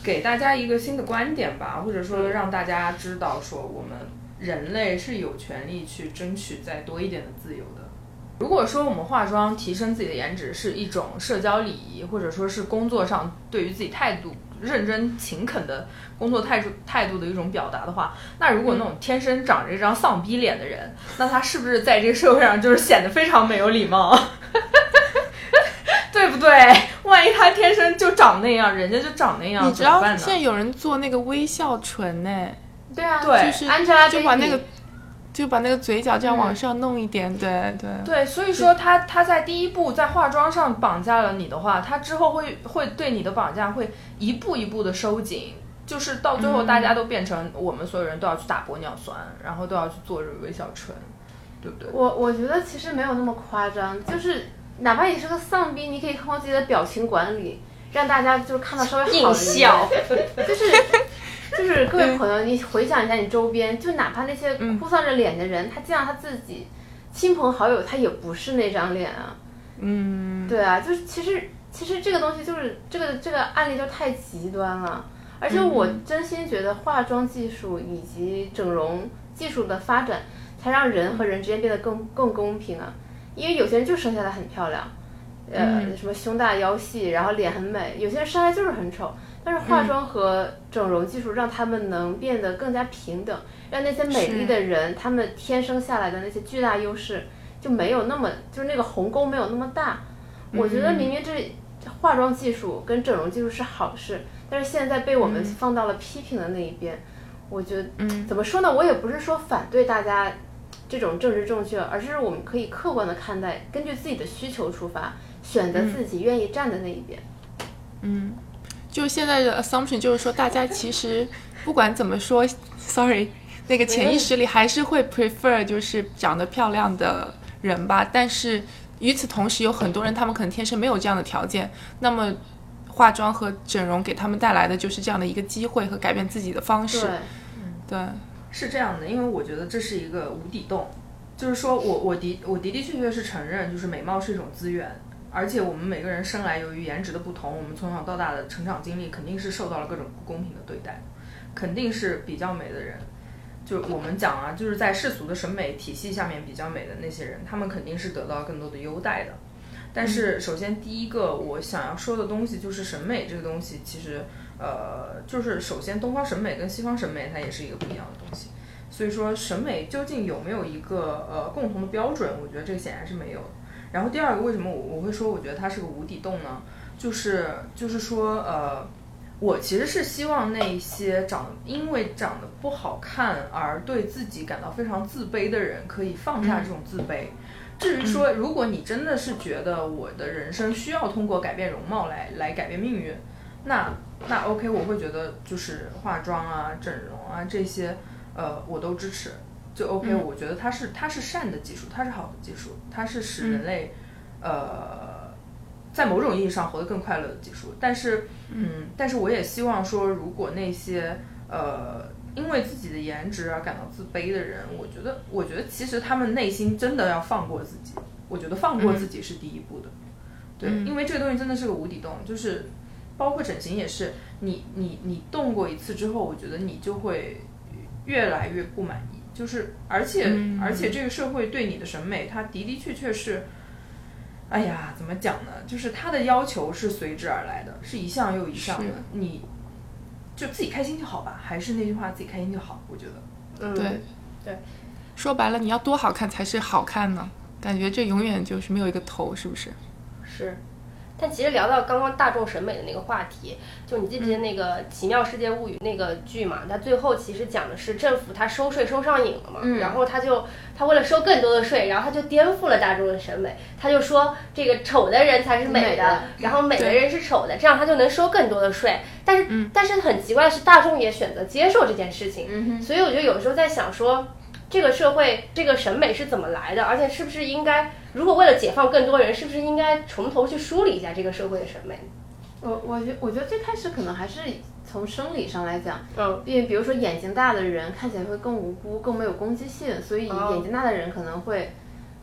Speaker 3: 给大家一个新的观点吧，或者说让大家知道说我们人类是有权利去争取再多一点的自由的。如果说我们化妆提升自己的颜值是一种社交礼仪，或者说是工作上对于自己态度认真勤恳的工作态度态度的一种表达的话，那如果那种天生长着一张丧逼脸的人，那他是不是在这个社会上就是显得非常没有礼貌？ 对不对？万一他天生就长那样，人家就长那样，
Speaker 1: 你知
Speaker 3: 怎么
Speaker 1: 道
Speaker 3: 办呢
Speaker 1: 现在有人做那个微笑唇呢、
Speaker 4: 对啊，
Speaker 3: 对
Speaker 1: 就是
Speaker 4: Angelababy
Speaker 1: 就把那个就把那个嘴角这样
Speaker 4: 嗯
Speaker 1: 往上弄一点，对对。
Speaker 3: 对，所以说他他在第一步在化妆上绑架了你的话，他之后会会对你的绑架会一步一步的收紧，就是到最后大家都变成我们所有人都要去打玻尿酸，然后都要去做这个微笑唇，对不对？
Speaker 4: 我我觉得其实没有那么夸张，就是哪怕你是个丧逼，你可以通过自己的表情管理，让大家就是看到稍微好一点
Speaker 2: 硬笑，
Speaker 4: 就是就是各位朋友，你回想一下你周边，就哪怕那些哭丧着脸的人，他见到他自己亲朋好友，他也不是那张脸啊。嗯，对啊，就是其实其实这个东西就是这个这个案例就太极端了。而且我真心觉得化妆技术以及整容技术的发展，才让人和人之间变得更更公平啊。因为有些人就生下来很漂亮，呃，
Speaker 1: 嗯
Speaker 4: 什么胸大腰细，然后脸很美；有些人生下来就是很丑。但是化妆和整容技术让他们能变得更加平等，让那些美丽的人，他们天生下来的那些巨大优势就没有那么，就是那个鸿沟没有那么大。我觉得明明这化妆技术跟整容技术是好事，但是现在被我们放到了批评的那一边。我觉得
Speaker 1: 嗯
Speaker 4: 怎么说呢？我也不是说反对大家这种政治正确，而是我们可以客观的看待，根据自己的需求出发，选择自己愿意站的那一边。
Speaker 1: 嗯，就现在的 assumption 就是说，大家其实不管怎么说，sorry，那个潜意识里还是会 prefer 就是长得漂亮的人吧。但是与此同时，有很多人他们可能天生没有这样的条件，那么化妆和整容给他们带来的就是这样的一个机会和改变自己的方式。
Speaker 4: 对，
Speaker 1: 对，
Speaker 3: 是这样的，因为我觉得这是一个无底洞，就是说我我的我的的确确是承认，就是美貌是一种资源，而且我们每个人生来由于颜值的不同，我们从小到大的成长经历肯定是受到了各种不公平的对待，肯定是比较美的人。就我们讲啊，就是在世俗的审美体系下面比较美的那些人，他们肯定是得到更多的优待的。但是，首先第一个我想要说的东西就是审美这个东西，其实呃，就是首先东方审美跟西方审美它也是一个不一样的东西，所以说审美究竟有没有一个呃共同的标准，我觉得这个显然是没有的。然后第二个，为什么我我会说我觉得它是个无底洞呢？就是就是说呃，我其实是希望那些长因为长得不好看而对自己感到非常自卑的人，可以放下这种自卑。至于说，如果你真的是觉得我的人生需要通过改变容貌来来改变命运，那那 OK，我会觉得就是化妆啊、整容啊这些，呃，我都支持，就 OK、我觉得它是它是善的技术，它是好的技术，它是使人类，呃，在某种意义上活得更快乐的技术。但是，嗯，但是我也希望说，如果那些呃因为自己的颜值而感到自卑的人，我觉得，我觉得其实他们内心真的要放过自己。我觉得放过自己是第一步的，对，因为这个东西真的是个无底洞，就是包括整形也是，你你你动过一次之后，我觉得你就会越来越不满意，就是而且、而且这个社会对你的审美，它的的确确是。哎呀，怎么讲呢？就是它的要求是随之而来的，是一项又一项的
Speaker 1: 是。
Speaker 3: 你就自己开心就好吧，还是那句话，自己开心就好。我觉得，
Speaker 4: 嗯，
Speaker 1: 对，
Speaker 2: 对。
Speaker 1: 说白了，你要多好看才是好看呢？感觉这永远就是没有一个头，是不是？
Speaker 2: 是。但其实聊到刚刚大众审美的那个话题，就你记不
Speaker 4: 嗯
Speaker 2: 记得那个《奇妙世界物语》那个剧嘛？它最后其实讲的是政府它收税收上瘾了嘛，
Speaker 4: 嗯
Speaker 2: 然后他就他为了收更多的税，然后他就颠覆了大众的审美，他就说这个丑的人才是美的，
Speaker 4: 美的
Speaker 2: 然后美的人是丑的，这样他就能收更多的税。但是、
Speaker 4: 嗯
Speaker 2: 但是很奇怪的是，大众也选择接受这件事情，所以我觉得有时候在想说，这个社会这个审美是怎么来的，而且是不是应该，如果为了解放更多人，是不是应该从头去梳理一下这个社会的审美？
Speaker 4: 我我觉我觉得最开始可能还是从生理上来讲，
Speaker 2: 嗯，
Speaker 4: 因为比如说眼睛大的人看起来会更无辜，更没有攻击性，所以
Speaker 2: 哦
Speaker 4: 眼睛大的人可能会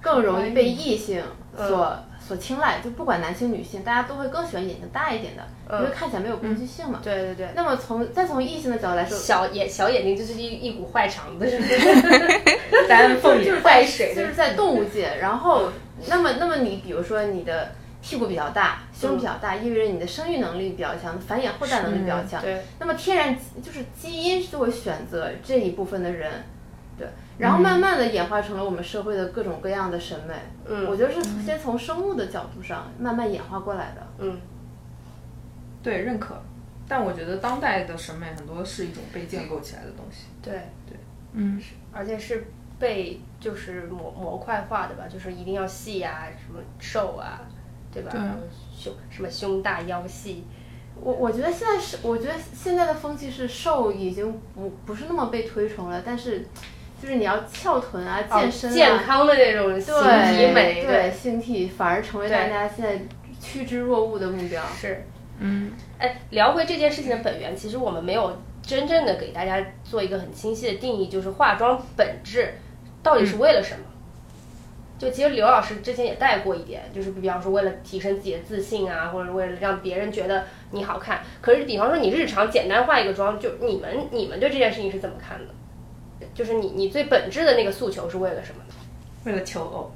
Speaker 4: 更容易被异性
Speaker 2: 嗯
Speaker 4: 所、所青睐，就不管男性女性，大家都会更喜欢眼睛大一点的，因为看起来没有攻击性嘛。
Speaker 2: 嗯对对对。
Speaker 4: 那么从再从异性的角度来说，
Speaker 2: 小眼小眼睛就是一一股坏肠 子，是不是？
Speaker 3: 丹凤眼
Speaker 2: 坏水
Speaker 4: 就
Speaker 2: 的嗯
Speaker 4: 是在动物界，然后那么那么你比如说你的屁股比较大，胸比较大，意味着你的生育能力比较强，繁衍后代能力比较强。
Speaker 2: 对，
Speaker 4: 那么天然就是基因就会选择这一部分的人，对，然后慢慢的演化成了我们社会的各种各样的审美。
Speaker 2: 嗯
Speaker 4: 我觉得是先从生物的角度上慢慢演化过来的。
Speaker 2: 嗯，
Speaker 3: 对认可。但我觉得当代的审美很多是一种被建构起来的东西。
Speaker 2: 对
Speaker 3: 对，
Speaker 1: 嗯，
Speaker 2: 而且是被就是模模块化的吧，就是一定要细啊，什么瘦啊，对吧？
Speaker 1: 对
Speaker 2: 然后胸什么胸大腰细，
Speaker 4: 我我觉得现在是，我觉得现在的风气是瘦已经不不是那么被推崇了，但是就是你要翘臀啊、健身啊、
Speaker 2: 哦健康的那种形体美，
Speaker 4: 对对性体反而成为
Speaker 2: 对
Speaker 4: 大家现在趋之若鹜的目标。
Speaker 2: 是。
Speaker 1: 嗯，
Speaker 2: 哎，聊回这件事情的本源，其实我们没有真正的给大家做一个很清晰的定义，就是化妆本质到底是为了什么。就其实刘老师之前也带过一点，就是比方说为了提升自己的自信啊，或者为了让别人觉得你好看。可是，比方说你日常简单化一个妆，就你们你们对这件事情是怎么看的？就是你你最本质的那个诉求是为了什么呢？
Speaker 3: 为了求偶。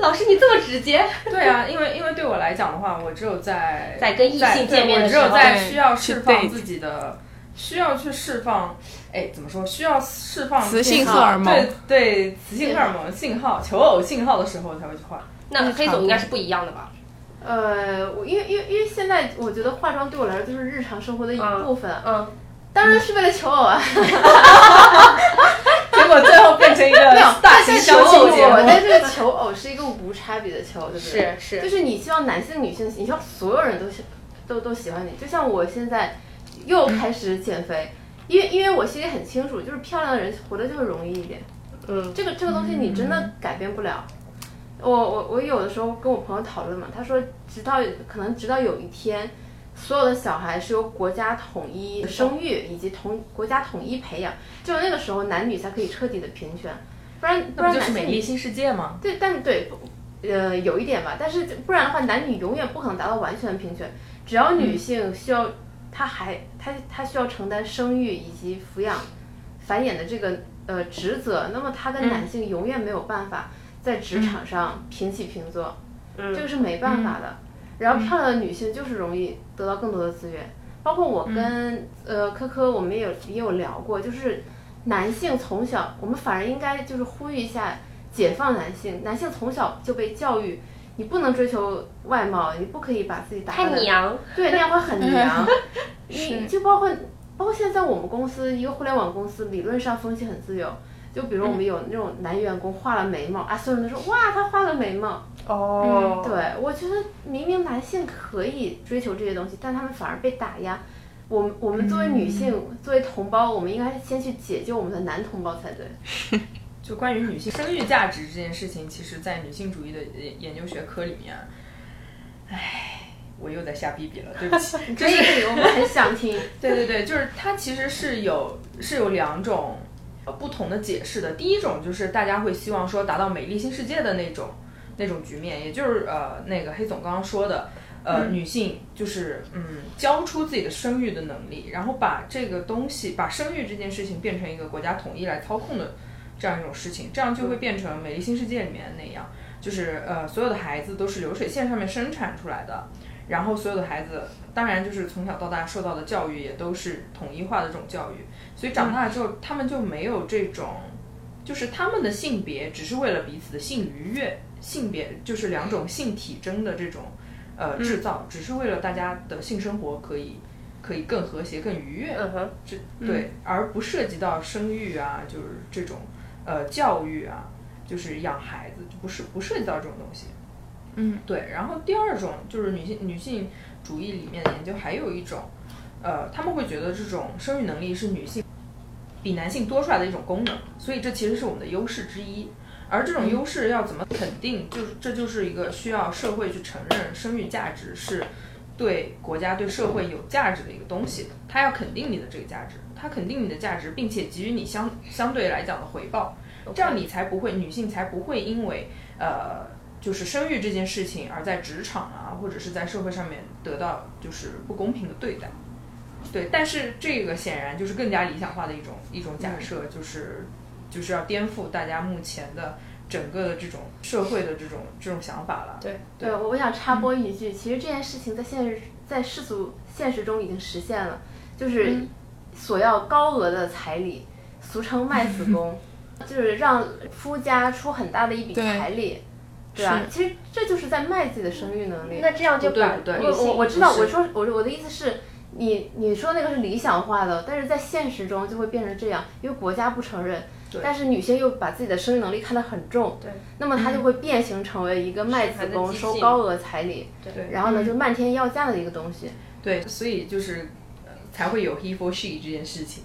Speaker 2: 老师，你这么直接，
Speaker 3: 对啊，因为因为对我来讲的话，我只有在
Speaker 2: 在跟异性见面的
Speaker 3: 我只
Speaker 2: 时
Speaker 3: 有
Speaker 2: 候，
Speaker 3: 在
Speaker 1: 对
Speaker 3: 需要
Speaker 1: 去
Speaker 3: 释放
Speaker 1: date
Speaker 3: 自己的，需要去释放，哎，怎么说？需要释放
Speaker 1: 雌
Speaker 3: 信
Speaker 1: 性
Speaker 3: 号
Speaker 1: 荷尔蒙
Speaker 3: 对对，雌性荷尔蒙信号、求偶信号的时候才会去 画。
Speaker 2: 那黑总应该是不一样的吧？
Speaker 4: 呃，我因为因为因为现在我觉得化妆对我来说就是日常生活的一
Speaker 2: 嗯
Speaker 4: 部分，
Speaker 2: 嗯，
Speaker 4: 当然是为了求偶 啊，
Speaker 3: 结果最后变成一个
Speaker 4: 没有
Speaker 3: 大
Speaker 4: 这
Speaker 3: 型
Speaker 4: 个
Speaker 3: 相
Speaker 4: 求
Speaker 3: 亲
Speaker 4: 偶
Speaker 3: 节目，
Speaker 4: 但 这个求偶是一个无差别的求偶，对不对？
Speaker 2: 是是
Speaker 4: 就是你希望男性、女性，你希望所有人都喜都都喜欢你。就像我现在又开始减肥，因为因为我心里很清楚，就是漂亮的人活得就会容易一点。
Speaker 2: 嗯
Speaker 4: 这个这个东西你真的改变不了。我我我有的时候跟我朋友讨论嘛，他说直到可能直到有一天，所有的小孩是由国家统一生育以及同国家统一培养，只有那个时候男女才可以彻底的平权，不然不
Speaker 3: 那
Speaker 4: 然
Speaker 3: 不就是
Speaker 4: 男
Speaker 3: 美
Speaker 4: 性
Speaker 3: 丽新世界吗？
Speaker 4: 对，但对，呃，有一点吧，但是不然的话，男女永远不可能达到完全平权。只要女性需要，她还她她需要承担生育以及抚养、繁衍的这个呃职责，那么她跟男性永远没有办法在职场上平起平坐，这个
Speaker 2: 嗯
Speaker 4: 是没办法的。然后漂亮的女性就是容易得到更多的资源，包括我跟、呃科科，我们也有也有聊过，就是男性从小，我们反而应该就是呼吁一下解放男性，男性从小就被教育，你不能追求外貌，你不可以把自己打扮
Speaker 2: 太
Speaker 4: 得
Speaker 2: 娘，
Speaker 4: 对，那样会很娘。 你就包括包括现在我们公司一个互联网公司，理论上风气很自由。就比如我们有那种男员工画了眉毛、啊，所有人都说哇，他画了眉毛。
Speaker 2: 哦
Speaker 4: 对，我觉得明明男性可以追求这些东西，但他们反而被打压。我们我们作为女性，作为同胞，我们应该先去解救我们的男同胞才对。
Speaker 3: 就关于女性生育价值这件事情，其实，在女性主义的呃研究学科里面，唉，我又在瞎逼逼了，对不起。
Speaker 4: 所以我们很想听，
Speaker 3: 对对对，就是它其实是有是有两种呃不同的解释的。第一种就是大家会希望说达到美丽新世界的那种那种局面，也就是呃那个黑总刚刚说的，呃、女性就是嗯交出自己的生育的能力，然后把这个东西把生育这件事情变成一个国家统一来操控的这样一种事情，这样就会变成美丽新世界里面的那样，就是呃所有的孩子都是流水线上面生产出来的。然后所有的孩子，当然就是从小到大受到的教育也都是统一化的这种教育，所以长大之后、他们就没有这种，就是他们的性别只是为了彼此的性愉悦，性别就是两种性体征的这种呃制造，只是为了大家的性生活可以可以更和谐、更愉悦，
Speaker 2: 嗯哼，
Speaker 3: 这对，而不涉及到生育啊，就是这种呃教育啊，就是养孩子，就不是不涉及到这种东西。
Speaker 1: 嗯，
Speaker 3: 对。然后第二种就是女性女性主义里面的研究，还有一种，呃，他们会觉得这种生育能力是女性比男性多出来的一种功能，所以这其实是我们的优势之一。而这种优势要怎么肯定，就是这就是一个需要社会去承认生育价值是对国家、对社会有价值的一个东西，他要肯定你的这个价值，他肯定你的价值，并且给予你相相对来讲的回报，这样你才不会，女性才不会因为呃就是生育这件事情而在职场啊或者是在社会上面得到就是不公平的对待。对，但是这个显然就是更加理想化的一种一种
Speaker 2: 嗯
Speaker 3: 假设，就是就是要颠覆大家目前的整个的这种社会的这种这种想法了。
Speaker 2: 对
Speaker 4: 对，嗯我我想插播一句，其实这件事情在现实在世俗现实中已经实现了，就是索要高额的彩礼，俗称卖子 宫，就是让夫家出很大的一笔
Speaker 1: 对
Speaker 4: 彩礼，对吧？其实这就是在卖自己的生育能力。
Speaker 2: 那这样就
Speaker 3: 不对
Speaker 2: 把
Speaker 3: 不对
Speaker 2: 女
Speaker 4: 我
Speaker 2: 性
Speaker 4: 我我知道，
Speaker 3: 不是
Speaker 4: 我说我我的意思是。你你说那个是理想化的，但是在现实中就会变成这样，因为国家不承认，
Speaker 3: 对
Speaker 4: 但是女性又把自己的生育能力看得很重，
Speaker 2: 对，
Speaker 4: 那么她就会变形成为一个卖子
Speaker 2: 的
Speaker 4: 宫、
Speaker 2: 激
Speaker 4: 收
Speaker 2: 进
Speaker 4: 高额彩礼，
Speaker 3: 对
Speaker 4: 然后呢，就漫天要价的一个东西。
Speaker 3: 对，所以就是、呃才会有 he for she 这件事情。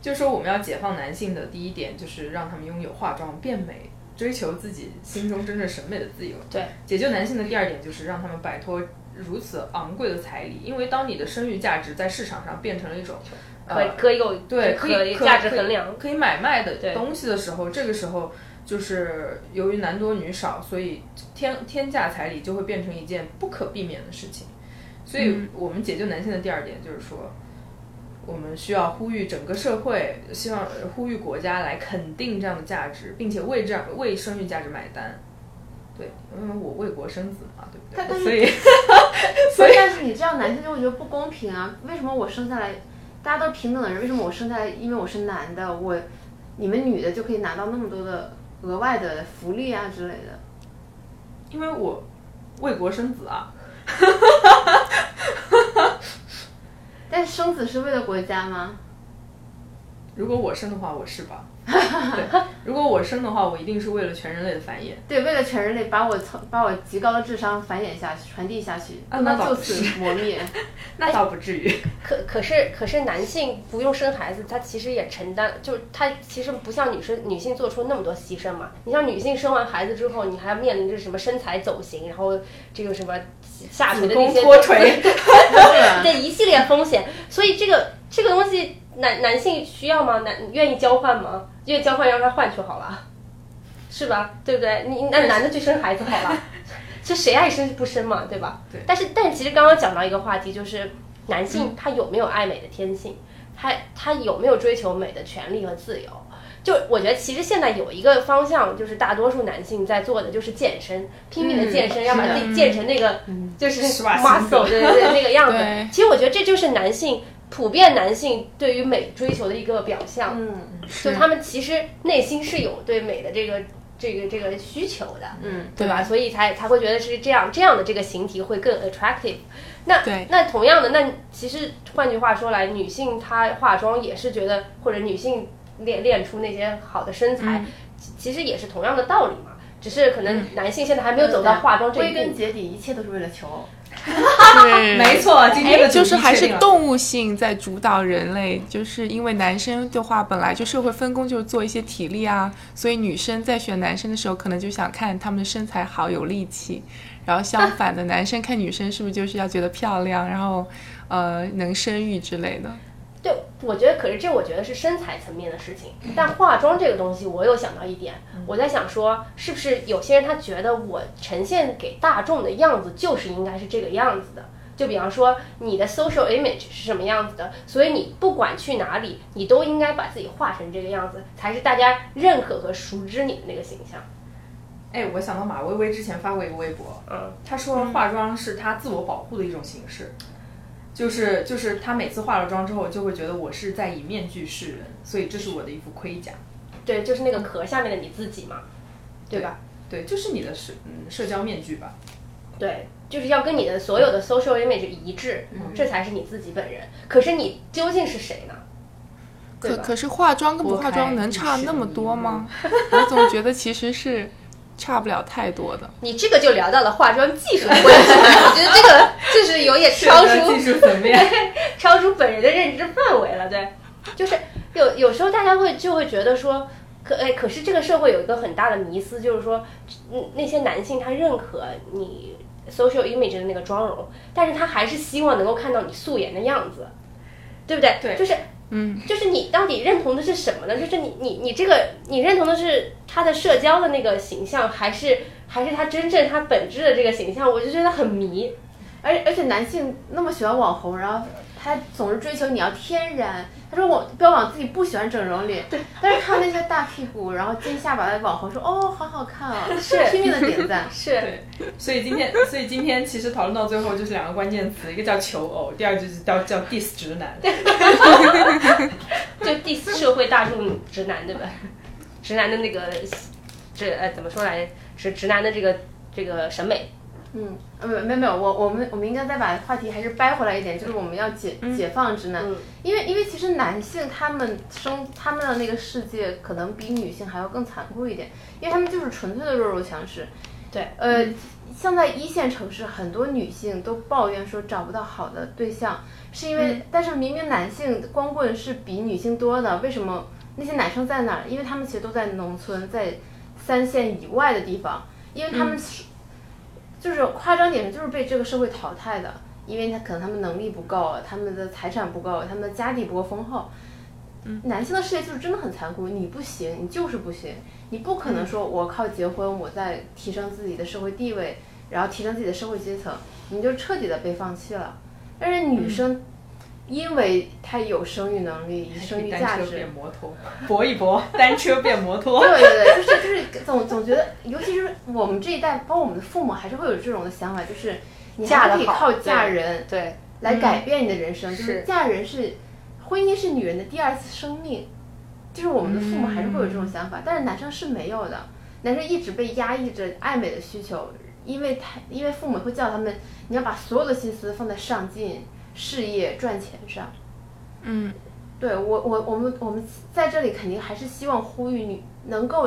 Speaker 3: 就是说，我们要解放男性的第一点，就是让他们拥有化妆、变美，追求自己心中真正审美的自由。
Speaker 2: 对，
Speaker 3: 解救男性的第二点就是让他们摆脱如此昂贵的彩礼，因为当你的生育价值在市场上变成了一种，
Speaker 2: 可
Speaker 3: 呃，
Speaker 2: 可以有
Speaker 3: 对，
Speaker 2: 可
Speaker 3: 以
Speaker 2: 以价值
Speaker 3: 可以
Speaker 2: 衡量，
Speaker 3: 可以买卖的
Speaker 2: 对
Speaker 3: 东西的时候，这个时候就是由于男多女少，所以天天价彩礼就会变成一件不可避免的事情。所以我们解救男性的第二点就是说，我们需要呼吁整个社会，希望呃呼吁国家来肯定这样的价值，并且为这样为生育价值买单。对，因为我为国生子嘛，对
Speaker 4: 但
Speaker 3: 不
Speaker 4: 但
Speaker 3: 对？
Speaker 4: 是
Speaker 3: 所 以
Speaker 4: 所以，但是你这样男生就会觉得不公平啊！为什么我生下来大家都平等的人，为什么我生下来，因为我是男的，我你们女的就可以拿到那么多的额外的福利啊之类的？
Speaker 3: 因为我为国生子啊，
Speaker 4: 但生子是为了国家吗？
Speaker 3: 如果我生的话，我是吧？对，如果我生的话，我一定是为了全人类的繁衍。
Speaker 4: 对，为了全人类把我从把我极高的智商繁衍下去，传递下去，
Speaker 3: 啊
Speaker 4: 不能
Speaker 3: 那倒
Speaker 4: 就
Speaker 3: 不
Speaker 4: 此
Speaker 3: 是
Speaker 4: 磨 灭。
Speaker 3: 那倒不至于。
Speaker 2: 可可是可是男性不用生孩子，他其实也承担，就是他其实不像女生女性做出那么多牺牲嘛。你像女性生完孩子之后，你还要面临着什么身材走形，然后这个什么下垂的那
Speaker 3: 子
Speaker 2: 些
Speaker 3: 宫脱垂
Speaker 4: 啊
Speaker 2: 这一系列风险，所以这个这个东西男男性需要吗？男愿意交换吗？愿意交换让他换去好了，是吧？对不对？你那男的去生孩子好 了，这谁爱生不生嘛，对嗯吧？
Speaker 3: 对
Speaker 2: 但是但其实刚刚讲到一个话题，就是男性他有没有爱美的天性，他他有没有追求美的权利和自由？就我觉得，其实现在有一个方向，就是大多数男性在做的就是健身，拼嗯命的健身，要把自己健成那个、就是
Speaker 3: 施瓦辛格
Speaker 2: muscle，对对对，那个样子
Speaker 1: 对。
Speaker 2: 其实我觉得这就是男性普遍男性对于美追求的一个表象，
Speaker 4: 嗯
Speaker 2: 就他们其实内心是有对美的这个这个这个需求的，
Speaker 4: 嗯，
Speaker 2: 对吧？所以才才会觉得是这样这样的这个形体会更 attractive。那
Speaker 1: 对
Speaker 2: 那同样的，那其实换句话说来，女性她化妆也是觉得，或者女性练练出那些好的身材，
Speaker 1: 嗯
Speaker 2: 其其实也是同样的道理嘛。只是可能男性现在还没有走到化妆这
Speaker 4: 归
Speaker 2: 一步，
Speaker 4: 根结底，一切都是为了求偶。
Speaker 1: 对，
Speaker 3: 没错，今天的主题
Speaker 1: 哎就是还
Speaker 3: 确
Speaker 1: 是
Speaker 3: 定了
Speaker 1: 动物性在主导人类，就是因为男生的话本来就社会分工就是做一些体力啊，所以女生在选男生的时候，可能就想看他们的身材好有力气，然后相反的男生看女生是不是就是要觉得漂亮，然后呃能生育之类的。
Speaker 2: 对，我觉得，可是这我觉得是身材层面的事情，但化妆这个东西，我有想到一点，我在想说，是不是有些人他觉得我呈现给大众的样子就是应该是这个样子的？就比方说你的 social image 是什么样子的，所以你不管去哪里，你都应该把自己画成这个样子，才是大家认可和熟知你的那个形象。
Speaker 3: 哎，我想到马薇薇之前发过一个微博，
Speaker 2: 嗯，
Speaker 3: 她说化妆是她自我保护的一种形式，就是就是她每次化了妆之后，就会觉得我是在以面具示人，所以这是我的一副盔甲。
Speaker 2: 对，就是那个壳下面的你自己嘛，对吧？
Speaker 3: 对，就是你的社嗯社交面具吧。
Speaker 2: 对，就是要跟你的所有的 social image 一致，这才是你自己本人。可是你究竟是谁呢？
Speaker 1: 可
Speaker 2: 吧
Speaker 1: 可是化妆跟不
Speaker 3: 拨
Speaker 1: 化
Speaker 3: 开
Speaker 1: 妆能
Speaker 3: 历
Speaker 1: 差
Speaker 3: 史
Speaker 1: 那
Speaker 3: 的
Speaker 1: 么
Speaker 3: 迷
Speaker 1: 多
Speaker 3: 雾
Speaker 1: 吗？我总觉得其实是差不了太多的。
Speaker 2: 你这个就聊到了化妆技术的问题，我觉得这个就是有点超
Speaker 3: 社交技
Speaker 2: 出
Speaker 3: 术层面，
Speaker 2: 超出本人的认知范围了。对，就是有有时候大家会就会觉得说，可哎，可是这个社会有一个很大的迷思，就是说，嗯，那些男性他认可你 social image 的那个妆容，但是他还是希望能够看到你素颜的样子，对不对？
Speaker 3: 对
Speaker 2: 就是
Speaker 1: 嗯，
Speaker 2: 就是你到底认同的是什么呢？就是你你你这个你认同的是他的社交的那个形象，还是还是他真正他本质的这个形象？我就觉得很迷。
Speaker 4: 而而且男性那么喜欢网红，然后他总是追求你要天然。他说我标榜自己不喜欢整容脸，但是看那些大屁股，然后尖下巴的网红说哦好好看 啊，
Speaker 2: 是。
Speaker 4: 拼命的点赞
Speaker 2: 是
Speaker 3: 对，所以今天，所以今天其实讨论到最后就是两个关键词，一个叫求偶，第二就是叫叫 diss 直男。
Speaker 2: 就第四社会大众直男对吧？ 直男的那个这呃怎么说来着？直直男的这个这个审美，
Speaker 4: 嗯，呃没有没有没有，我我们我们应该再把话题还是掰回来一点，就是我们要解、解放直男，
Speaker 2: 嗯
Speaker 4: 因为因为其实男性他们生他们的那个世界可能比女性还要更残酷一点，因为他们就是纯粹的弱肉强食。
Speaker 2: 对，
Speaker 4: 呃，像在一线城市，很多女性都抱怨说找不到好的对象，是因
Speaker 2: 嗯
Speaker 4: 为，但是明明男性光棍是比女性多的，为什么那些男生在哪儿？因为他们其实都在农村，在三线以外的地方，因为他
Speaker 3: 嗯
Speaker 4: 们是、就是夸张点，就是被这个社会淘汰的，因为他可能他们能力不够，他们的财产不够，他们的家底不够丰厚，
Speaker 1: 嗯
Speaker 4: 男性的世界就是真的很残酷，你不行，你就是不行，你不可
Speaker 3: 嗯
Speaker 4: 能说我靠结婚，我再提升自己的社会地位，然后提升自己的社会阶层，你就彻底的被放弃了。但是
Speaker 3: 嗯
Speaker 4: 女生，因为她有生育能力、生育价
Speaker 3: 单车
Speaker 4: 值，
Speaker 3: 变摩托，搏一搏，单车变摩托。
Speaker 4: 对对对，就是就是总总觉得，尤其是我们这一代，包括我们的父母，还是会有这种的想法，就是你还
Speaker 2: 嫁
Speaker 4: 是
Speaker 2: 得
Speaker 4: 可以
Speaker 2: 好
Speaker 4: 靠
Speaker 2: 对
Speaker 4: 嫁人
Speaker 2: 对，
Speaker 4: 来改变你的人生，就是
Speaker 2: 是
Speaker 4: 嫁人是婚姻是女人的第二次生命，就是我们的父母还是会有这种想法，但是男生是没有的，男生一直被压抑着爱美的需求，因为他因为父母会叫他们，你要把所有的心思放在上进、事业、赚钱上。
Speaker 1: 嗯，
Speaker 4: 对我我我们我们在这里肯定还是希望呼吁你能够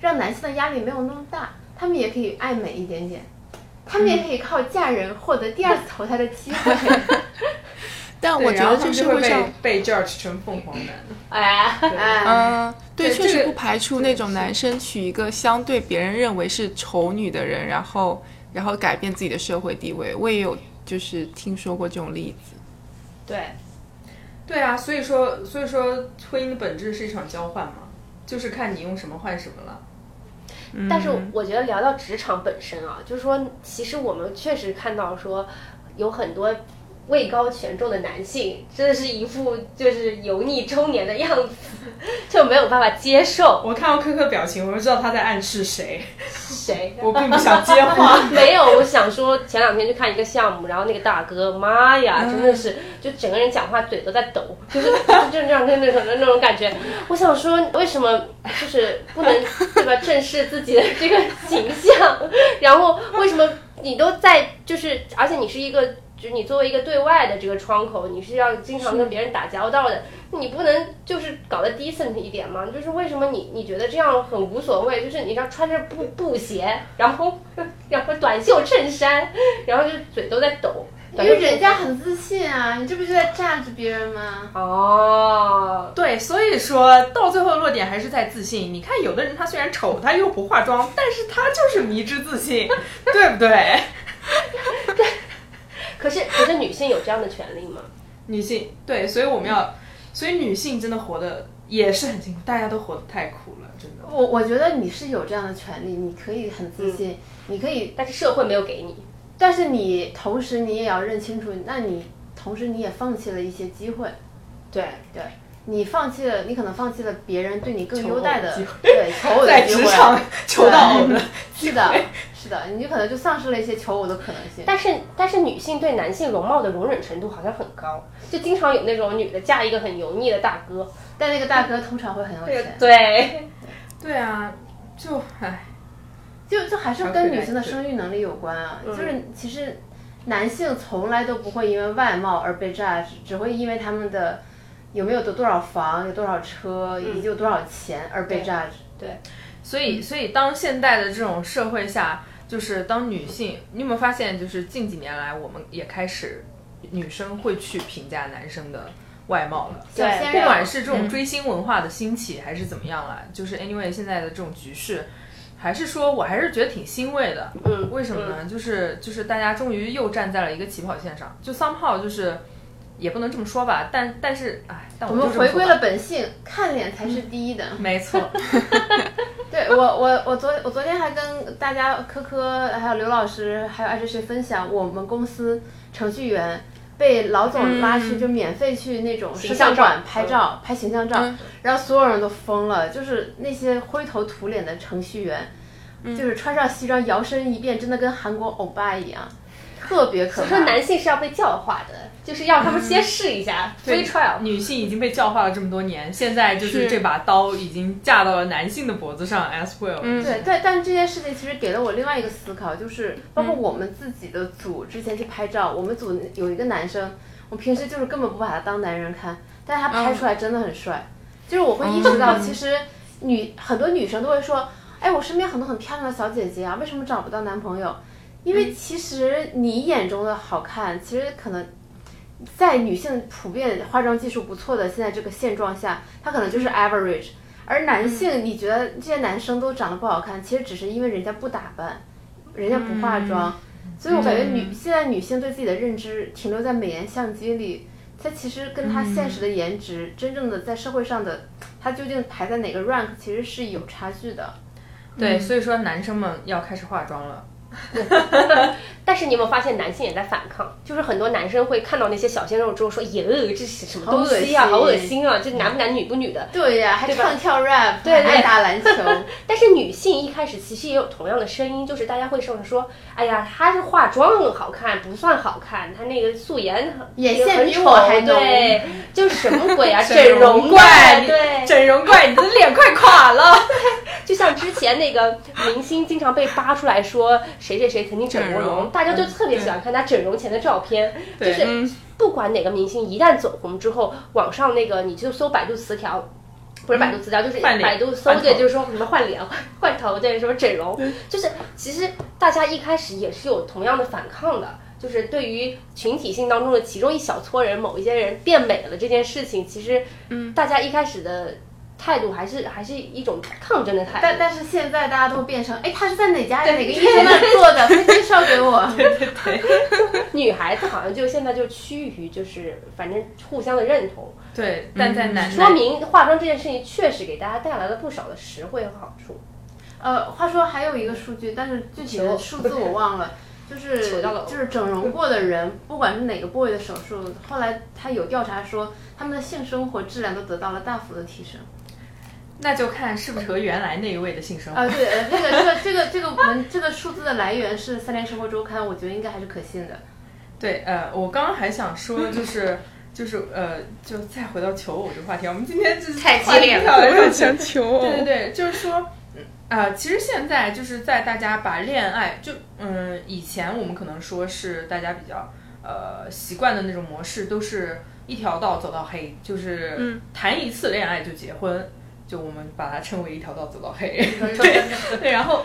Speaker 4: 让男性的压力没有那么大，他们也可以爱美一点点，他们也可以靠嫁人获得第二次投胎的机会。
Speaker 1: 但我
Speaker 3: 对
Speaker 1: 觉
Speaker 3: 然后
Speaker 1: 得
Speaker 3: 他
Speaker 1: 这
Speaker 3: 们就
Speaker 1: 社会
Speaker 3: 会
Speaker 1: 上
Speaker 3: 被，被 judge 成凤凰男。
Speaker 2: 哎，
Speaker 4: 哎，
Speaker 1: 嗯，对，
Speaker 3: 对
Speaker 1: 确
Speaker 3: 这
Speaker 1: 实
Speaker 3: 个
Speaker 1: 不排除那种男生娶一个相对别人认为是丑女的人，然后然后改变自己的社会地位。我也有就是听说过这种例子。
Speaker 2: 对，
Speaker 3: 对啊，所以说所以说婚姻的本质是一场交换嘛，就是看你用什么换什么了。
Speaker 2: 但是我觉得聊到职场本身啊，就是说，其实我们确实看到说，有很多位高权重的男性，真的是一副就是油腻中年的样子， 就没有办法接受
Speaker 3: 我看到科科表情，我就知道他在暗示谁。
Speaker 2: 谁。
Speaker 3: 我并不想接话。
Speaker 2: 没有，我想说前两天去看一个项目，然后那个大哥，妈呀，真的是，就整个人讲话嘴都在抖， 就是就这样跟那种那种感觉。我想说，为什么就是不 能对吧正视自己的这个形象？然后为什么你都在就是，而且你是一个。就是你作为一个对外的这个窗口，你是要经常跟别人打交道的，你不能就是搞得 decent 一点吗？就是为什么你你觉得这样很无所谓？就是你知道穿着布布鞋，然后 然后短袖衬衫，然后就嘴都在抖，
Speaker 4: 因
Speaker 2: 短袖
Speaker 4: 为人家很自信啊，你这不就在榨着别人吗？
Speaker 2: 哦，
Speaker 3: 对，所以说到最后的落点还是在自信。你看，有的人他虽然丑，他又不化妆，但是他就是迷之自信，对不对？
Speaker 2: 可是可是女性有这样的权利吗？
Speaker 3: 女性对，所以我们要，所以女性真的活得也是很辛苦，大家都活得太苦了，真的。
Speaker 4: 我我觉得你是有这样的权利，你可以很自信，你可以，
Speaker 2: 但是社会没有给你，
Speaker 4: 但是你同时你也要认清楚，那你同时你也放弃了一些机会。
Speaker 2: 对
Speaker 4: 对，你放弃了，你可能放弃了别人对你更优待的
Speaker 3: 求偶的机会
Speaker 4: 对求偶
Speaker 3: 在
Speaker 4: 的机
Speaker 3: 职
Speaker 4: 会，
Speaker 3: 场求到偶的，
Speaker 4: 是的，是的，你就可能就丧失了一些求偶的可能性。
Speaker 2: 但是但是女性对男性容貌的容忍程度好像很高，就经常有那种女的嫁一个很油腻的大哥，
Speaker 4: 但那个大哥通常会很有钱，
Speaker 2: 对，
Speaker 3: 对啊，就唉，
Speaker 4: 就就还是跟女性的生育能力有关啊。
Speaker 3: 嗯
Speaker 4: 就是其实男性从来都不会因为外貌而被 judge，只会因为他们的有没有得多少房、有多少车
Speaker 3: 嗯
Speaker 4: 以及有多少钱而被 judge。
Speaker 3: 所以所以当现代的这种社会下，就是当女性，你有没有发现，就是近几年来，我们也开始女生会去评价男生的外貌了。
Speaker 4: 小
Speaker 2: 对
Speaker 4: 鲜
Speaker 3: 不
Speaker 4: 肉
Speaker 3: 管是这种追星文化的兴起，还是怎么样啦，就是 anyway 现在的这种局势，还是说我还是觉得挺欣慰的。
Speaker 2: 嗯，
Speaker 3: 为什么呢？就是就是大家终于又站在了一个起跑线上，就 somehow 就是也不能这么说吧，但但是哎，但
Speaker 4: 我
Speaker 3: 我就
Speaker 4: 们
Speaker 3: 这么
Speaker 4: 回
Speaker 3: 说
Speaker 4: 归
Speaker 3: 吧嗯
Speaker 4: 了。本性，看脸才是第一的。
Speaker 3: 没错，
Speaker 4: 对我，我我昨我昨天还跟大家科科还有刘老师还有艾哲学分享，我们公司程序员被老总拉去、就免费去那种摄
Speaker 2: 嗯形
Speaker 4: 像
Speaker 2: 象照嗯
Speaker 4: 馆拍照、拍形象照，然后所有人都疯了，就是那些灰头土脸的程序员，
Speaker 2: 嗯
Speaker 4: 就是穿上西装摇身一变，真的跟韩国欧巴一样，特别可
Speaker 2: 所以
Speaker 4: 怕
Speaker 2: 说。男性是要被教化的，就是让他们先试一下 free trial，
Speaker 3: 女性已经被教化了这么多年，现在啊就是
Speaker 1: 是
Speaker 3: 这把刀已经架到了男性的脖子上，as well。嗯，
Speaker 4: 对，但但这件事情其实给了我另外一个思考，就是包括我们自己的组之前去拍照，我们组有一个男生，我平时就是根本不把他当男人看，但是他拍出来真的很帅，就是我会意识到，其实女、很多女生都会说，哎，我身边很多很漂亮的小姐姐啊，为什么找不到男朋友？因为其实你眼中的好看，其实可能。在女性普遍化妆技术不错的现在这个现状下，她可能就是 average，而男性，你觉得这些男生都长得不好看，其实只是因为人家不打扮，人家嗯不化妆，所以我感觉女、现在女性对自己的认知停留在美颜相机里，她其实跟她现实的颜值，真正的在社会上的她究竟排在哪个 rank，其实是有差距的。
Speaker 3: 对，所以说男生们要开始化妆了。
Speaker 2: 但是你有没有发现男性也在反抗？就是很多男生会看到那些小鲜肉之后说：“耶，这是什么东西啊，好
Speaker 4: 好
Speaker 2: 恶
Speaker 4: 恶
Speaker 2: 心啊！这男不男女不女的。
Speaker 4: 对呀、还
Speaker 2: 对吧
Speaker 4: 唱跳 rap，
Speaker 2: 对对
Speaker 4: 还爱打篮 球，”
Speaker 2: 但是女性一开始其实也有同样的声音，就是大家会上说：“哎呀，她是化妆很好看，不算好看，她那个素颜很
Speaker 4: 眼
Speaker 2: 也
Speaker 4: 线
Speaker 2: 很
Speaker 4: 比
Speaker 2: 丑
Speaker 4: 我还浓
Speaker 2: 对，就是什么鬼啊，
Speaker 3: 整容
Speaker 2: 容
Speaker 3: 怪
Speaker 2: 对，
Speaker 3: 整容怪，你 的脸快垮了。
Speaker 2: 就像之前那个明星经常被扒出来说谁谁谁曾经整
Speaker 1: 整
Speaker 2: 过容，
Speaker 1: 容
Speaker 2: 大家就特别喜欢看他整容前的照片。就
Speaker 3: 对
Speaker 2: 是
Speaker 1: 嗯
Speaker 2: 不管哪个明星一旦走红之后，网上那个你就搜百度词条。不是百度词条，就是
Speaker 3: 换脸
Speaker 2: 百度搜
Speaker 3: 换头
Speaker 2: 对，就是说什么换脸、换换头，对，什么整容，就是其实大家一开始也是有同样的反抗的，就是对于群体性当中的其中一小撮人、某一些人变美了这件事情，其实，嗯，大家一开始的态度还是还是一种抗争的态度。
Speaker 4: 但但是现在大家都变成，哎，他是在哪家哪个医生那儿做的？快介绍给 我。
Speaker 2: 女孩子好像就现在就趋于就是反正互相的认同，
Speaker 3: 对，但在男
Speaker 2: 嗯说明化妆这件事情确实给大家带来了不少的实惠和好处。
Speaker 4: 呃，话说还有一个数据，但是具体的数字我忘了，就是
Speaker 2: 求到了我
Speaker 4: 就是整容过的人，不管是哪个部位的手术，后来他有调查说，他们的性生活质量都得到了大幅的提升。
Speaker 3: 那就看是不是和原来那一位的性生活。
Speaker 4: 啊，对，呃这个这个这个这个文这个数字的来源是《三联生活周刊》，我觉得应该还是可信的。
Speaker 3: 对，呃，我刚刚还想说，就是 就是呃，就再回到求偶这个话题，我们今天就是
Speaker 2: 太激烈了
Speaker 3: 了，
Speaker 1: 我 也想求偶。
Speaker 3: 对对对，就是说，嗯啊，其实现在就是在大家把恋爱就嗯，以前我们可能说是大家比较呃习惯的那种模式，都是一条道走到黑，就是
Speaker 1: 嗯
Speaker 3: 谈一次恋爱就结婚，就我们把它称为一条道走到黑。
Speaker 2: 对，
Speaker 3: 对，然后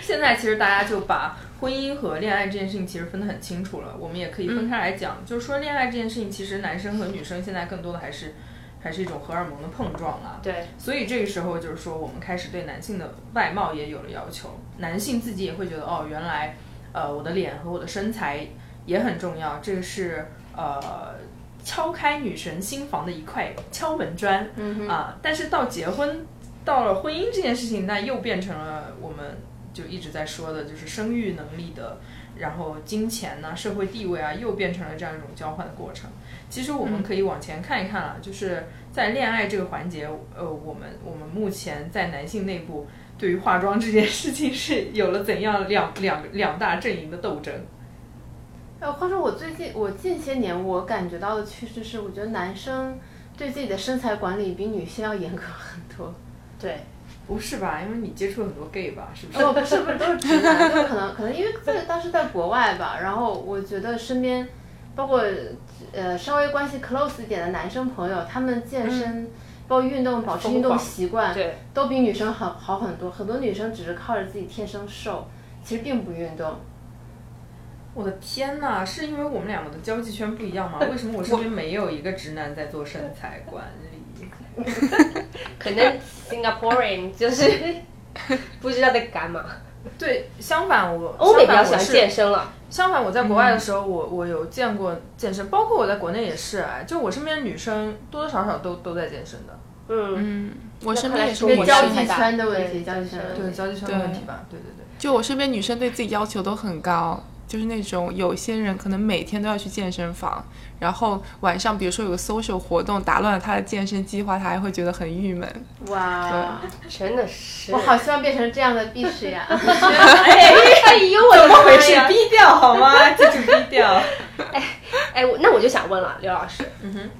Speaker 3: 现在其实大家就把婚姻和恋爱这件事情其实分得很清楚了，我们也可以
Speaker 4: 嗯
Speaker 3: 分开来讲，就是说恋爱这件事情，其实男生和女生现在更多的还是还是一种荷尔蒙的碰撞啊。所以这个时候就是说，我们开始对男性的外貌也有了要求，男性自己也会觉得哦，原来呃我的脸和我的身材也很重要，这个是呃敲开女神心房的一块敲门砖。
Speaker 4: 嗯哼，
Speaker 3: 啊，但是到结婚，到了婚姻这件事情，那又变成了我们就一直在说的，就是生育能力的，然后金钱呐、社会地位啊，又变成了这样一种交换的过程。其实我
Speaker 4: 嗯
Speaker 3: 们可以往前看一看啊，就是在恋爱这个环节，呃，我们我们目前在男性内部对于化妆这件事情是有了怎样两两两大阵营的斗争？
Speaker 4: 呃，话说我最近我近些年我感觉到的趋势是，我觉得男生对自己的身材管理比女性要严格很多。
Speaker 2: 对，
Speaker 3: 不是吧？因为你接触很多 gay 吧，是不是？
Speaker 4: 哦， 不是不是，都是直男，就可能可能因为在当时在国外吧，然后我觉得身边，包括呃稍微关系 close 一点的男生朋友，他们健身，包括运动，保持
Speaker 2: 疯
Speaker 4: 运动
Speaker 2: 狂
Speaker 4: 习惯，
Speaker 2: 对，
Speaker 4: 都比女生好好很多。很多女生只是靠着自己天生瘦，其实并不运动。
Speaker 3: 我的天呐，是因为我们两个的交际圈不一
Speaker 2: 呃
Speaker 3: 样吗？为什么我身边没有一个直男在做身材管理？
Speaker 2: 可能 Singaporean 就是 不知道在干嘛。
Speaker 3: 对，相反我
Speaker 2: 欧美比较
Speaker 3: 相反
Speaker 2: 喜欢
Speaker 3: 我是
Speaker 2: 健身嗯了，
Speaker 3: 相反，我在国外的时候，我我有见过健身，包括我在国内也是啊。就我身边的女生多多少少都都在健身的，
Speaker 2: 嗯，
Speaker 1: 嗯，我
Speaker 2: 那
Speaker 1: 身
Speaker 2: 看来
Speaker 1: 边也是
Speaker 2: 中国
Speaker 1: 我
Speaker 2: 是
Speaker 4: 交
Speaker 2: 很
Speaker 4: 际
Speaker 2: 大
Speaker 4: 圈的问
Speaker 2: 对
Speaker 4: 题，交际圈的
Speaker 2: 对
Speaker 4: 问
Speaker 3: 对
Speaker 4: 题。
Speaker 3: 交际圈的问题吧，对对对。
Speaker 1: 就我身边女生对自己要求都很高，就是那种有些人可能每天都要去健身房，然后晚上比如说有个 social 活动打乱了她的健身计划，她还会觉得很郁闷。
Speaker 4: 哇，
Speaker 2: 真的是
Speaker 4: 我好希望变成这样的必士呀！
Speaker 3: 哎，
Speaker 2: 哎呦我
Speaker 3: 怎
Speaker 2: 的
Speaker 3: 么回
Speaker 2: 妈
Speaker 3: 事？
Speaker 2: 呀！
Speaker 3: 逼掉好吗？记住逼掉。
Speaker 2: 哎，我那我就想问了，刘老师，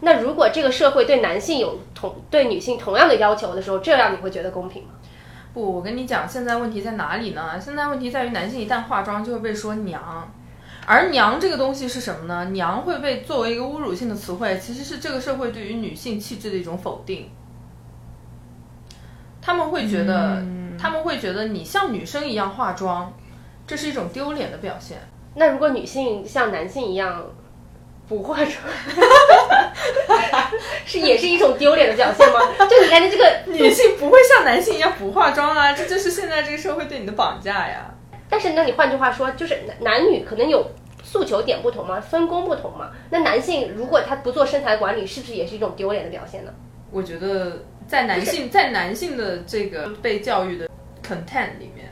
Speaker 2: 那如果这个社会对男性有同对女性同样的要求的时候，这样你会觉得公平吗？
Speaker 3: 不，我跟你讲，现在问题在哪里呢？现在问题在于男性一旦化妆就会被说娘，而娘这个东西是什么呢？娘会被作为一个侮辱性的词汇，其实是这个社会对于女性气质的一种否定。他们会觉得，他们会觉得你像女生一样化妆，这是一种丢脸的表现。
Speaker 2: 那如果女性像男性一样不化妆， 是也是一种丢脸的表现吗？就你看这这个，
Speaker 3: 女性不会像男性一样不化妆啊，这就是现在这个社会对你的绑架呀。
Speaker 2: 但是那你换句话说，就是男男女可能有诉求点不同嘛，分工不同嘛。那男性如果他不做身材管理，是不是也是一种丢脸的表现呢？
Speaker 3: 我觉得在男性在男性的这个被教育的 content 里面，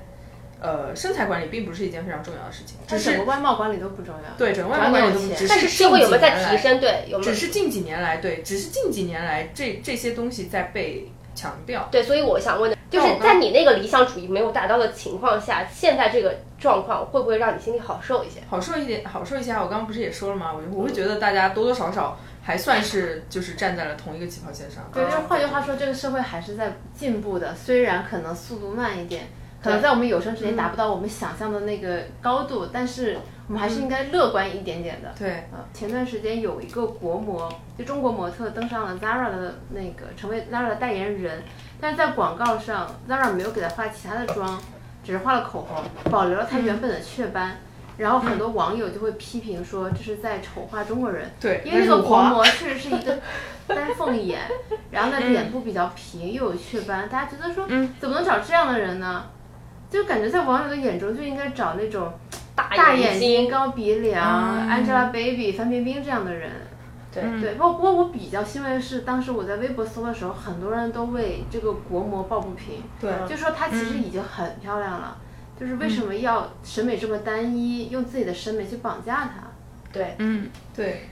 Speaker 3: 呃，身材管理并不是一件非常重要的事情，只
Speaker 4: 但整
Speaker 3: 是
Speaker 4: 个外貌管理都不重要。
Speaker 3: 对整个外貌管理都
Speaker 4: 管理钱
Speaker 3: 只
Speaker 2: 但是社会有没有在提升？对，有没有
Speaker 3: 只？是近几年来，对，只是近几年来，这这些东西在被强调。
Speaker 2: 对，所以我想问的就
Speaker 3: 那
Speaker 2: 是
Speaker 3: 我，
Speaker 2: 在
Speaker 3: 刚
Speaker 2: 你那个理想主义没有达到的情况下，现在这个状况会不会让你心里好受一些？
Speaker 3: 好受一点，好受一些啊。我刚刚不是也说了吗？我我会觉得大家多多少少还算是就是站在了同一个起跑线上。
Speaker 4: 对，就是换句话说，这个社会还是在进步的，虽然可能速度慢一点，可能在我们有生之年达不到我们想象的那个高度，但是我们还是应该乐观一点点的。
Speaker 3: 对，
Speaker 4: 呃，前段时间有一个国模，就中国模特登上了 Zara 的那个，成为 Zara 的代言人，但是在广告上，Zara 没有给她画其他的妆，只是画了口红，保留了她原本的雀斑。然后很多网友就会批评说这是在丑化中国人，
Speaker 3: 对
Speaker 4: 因为那
Speaker 3: 那
Speaker 4: 个
Speaker 3: 是
Speaker 4: 国
Speaker 3: 华
Speaker 4: 模确实是一个丹凤眼，然后呢脸部比较平又有雀斑，大家觉得说
Speaker 1: 嗯
Speaker 4: 怎么能找这样的人呢？就感觉在网友的眼中就应该找那种
Speaker 2: 大
Speaker 4: 大
Speaker 2: 眼
Speaker 4: 眼睛、
Speaker 2: 睛，
Speaker 4: 高鼻梁、Angelababy、范冰冰这样的人。
Speaker 2: 对
Speaker 4: 对，不过不过我比较欣慰的是，当时我在微博搜的时候，很多人都为这个国模抱不平，
Speaker 3: 对
Speaker 4: 就说她其实已经很漂亮了，就是为什么要审美这么单一，用自己的审美去绑架她？
Speaker 2: 对，
Speaker 1: 嗯，
Speaker 3: 对，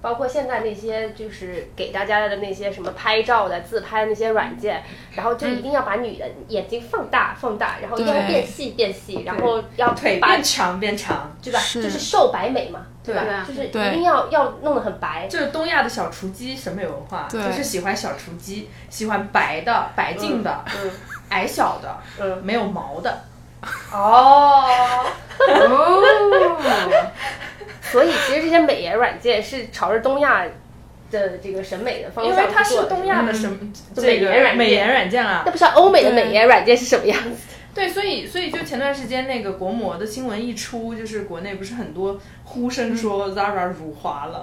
Speaker 2: 包括现在那些就是给大家的那些什么拍照的、自拍的那些软件，然后就
Speaker 3: 嗯
Speaker 2: 一定要把女人眼睛放大、放大，然后一定要
Speaker 1: 对
Speaker 2: 变细、变细，然后要
Speaker 3: 腿
Speaker 2: 把
Speaker 3: 变长变长，
Speaker 2: 对吧？
Speaker 1: 是
Speaker 2: 就是瘦白美嘛，对吧？
Speaker 4: 对
Speaker 3: 嗯
Speaker 4: 啊
Speaker 2: 就是一
Speaker 1: 对
Speaker 2: 定要要弄得很白，
Speaker 3: 就是东亚的小雏鸡审美文化，
Speaker 1: 对
Speaker 3: 就是喜欢小雏鸡，喜欢白的、白净的、
Speaker 2: 嗯
Speaker 3: 矮小的、
Speaker 2: 嗯，
Speaker 3: 没有毛的。
Speaker 2: 哦，
Speaker 4: 哦，
Speaker 2: 所以其实这些美颜软件是朝着东亚的这个审美的方
Speaker 3: 因
Speaker 2: 向
Speaker 3: 为它
Speaker 2: 去做
Speaker 3: 是
Speaker 2: 的
Speaker 3: 东亚的什么、嗯这
Speaker 2: 美颜软
Speaker 3: 个
Speaker 2: 件
Speaker 3: 美颜软件啊啦
Speaker 2: 那，不知道欧美的美颜软件是什么样子？
Speaker 3: 对，所以所以就前段时间那个国模的新闻一出，就是国内不是很多呼
Speaker 1: 嗯
Speaker 3: 声说 Zara 辱华了，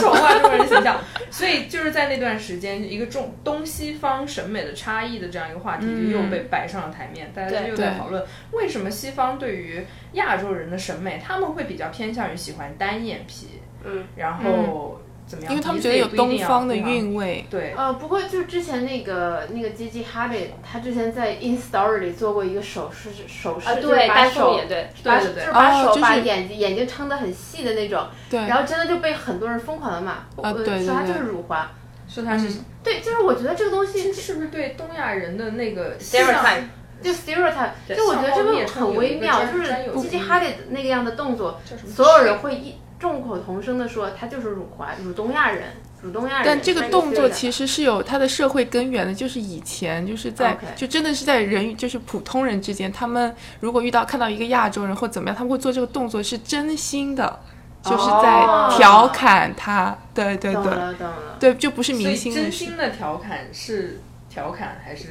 Speaker 3: 丑啊化中国人的形象。所以就是在那段时间，一个中东西方审美的差异的这样一个话题，
Speaker 1: 嗯
Speaker 3: 就又被摆上了台面。大家
Speaker 2: 对
Speaker 3: 就又在
Speaker 1: 对
Speaker 3: 讨论为什么西方对于亚洲人的审美，他们会比较偏向于喜欢单眼皮，
Speaker 2: 嗯，
Speaker 3: 然后怎么样？
Speaker 1: 因为他们
Speaker 3: 鼻
Speaker 1: 觉
Speaker 3: 子
Speaker 1: 得
Speaker 3: 也
Speaker 1: 有
Speaker 3: 不一定啊
Speaker 1: 东
Speaker 3: 要
Speaker 1: 方的
Speaker 3: 非常。
Speaker 1: 韵味，
Speaker 3: 对，
Speaker 4: 呃，不过就是之前那个那个 Gigi Hadid，她之前在 In Story 里做过一个手势，手势、
Speaker 2: 啊，
Speaker 4: 就是
Speaker 2: 对，
Speaker 4: 把
Speaker 2: 单凤
Speaker 4: 手
Speaker 2: 眼，对，
Speaker 4: 把
Speaker 3: 对对对
Speaker 4: 就是把
Speaker 1: 哦
Speaker 4: 手、
Speaker 1: 就是
Speaker 4: 把眼睛眼睛撑得很细的那种，
Speaker 1: 对，啊
Speaker 4: 然后真的就被很多人疯狂的骂，我呃
Speaker 1: 对对
Speaker 4: 说他
Speaker 1: 对
Speaker 4: 就是辱华。
Speaker 3: 说他是
Speaker 4: 对，就是我觉得这个东
Speaker 3: 嗯这
Speaker 4: 西
Speaker 3: 是不是对东亚人的那个
Speaker 2: stereotype
Speaker 4: 就 stereotype，
Speaker 3: 对
Speaker 4: 就我觉得这
Speaker 3: 像猫
Speaker 4: 个
Speaker 3: 咪
Speaker 4: 很微妙，
Speaker 3: 也
Speaker 4: 就
Speaker 3: 会有
Speaker 4: 是
Speaker 3: 一个专有
Speaker 4: Gigi
Speaker 3: 词
Speaker 4: Hadid 那个样的动作，
Speaker 3: 叫什么？
Speaker 4: 所有人会一众口同声的说他就是辱华、辱东亚人、辱东亚人。
Speaker 1: 但这个动作其
Speaker 4: 实
Speaker 1: 实是有它的社会根源的，就是以前就是在
Speaker 4: OK
Speaker 1: 就真的是在人与就是普通人之间，他们如果遇到看到一个亚洲人或怎么样，他们会做这个动作是真心的，就是在
Speaker 4: 哦
Speaker 1: 调侃他。对对
Speaker 4: 懂
Speaker 1: 对
Speaker 4: 了懂了。
Speaker 1: 对，就不是
Speaker 3: 所
Speaker 1: 明
Speaker 3: 以
Speaker 1: 星
Speaker 3: 真
Speaker 1: 的事。
Speaker 3: 心的调侃是调侃还是？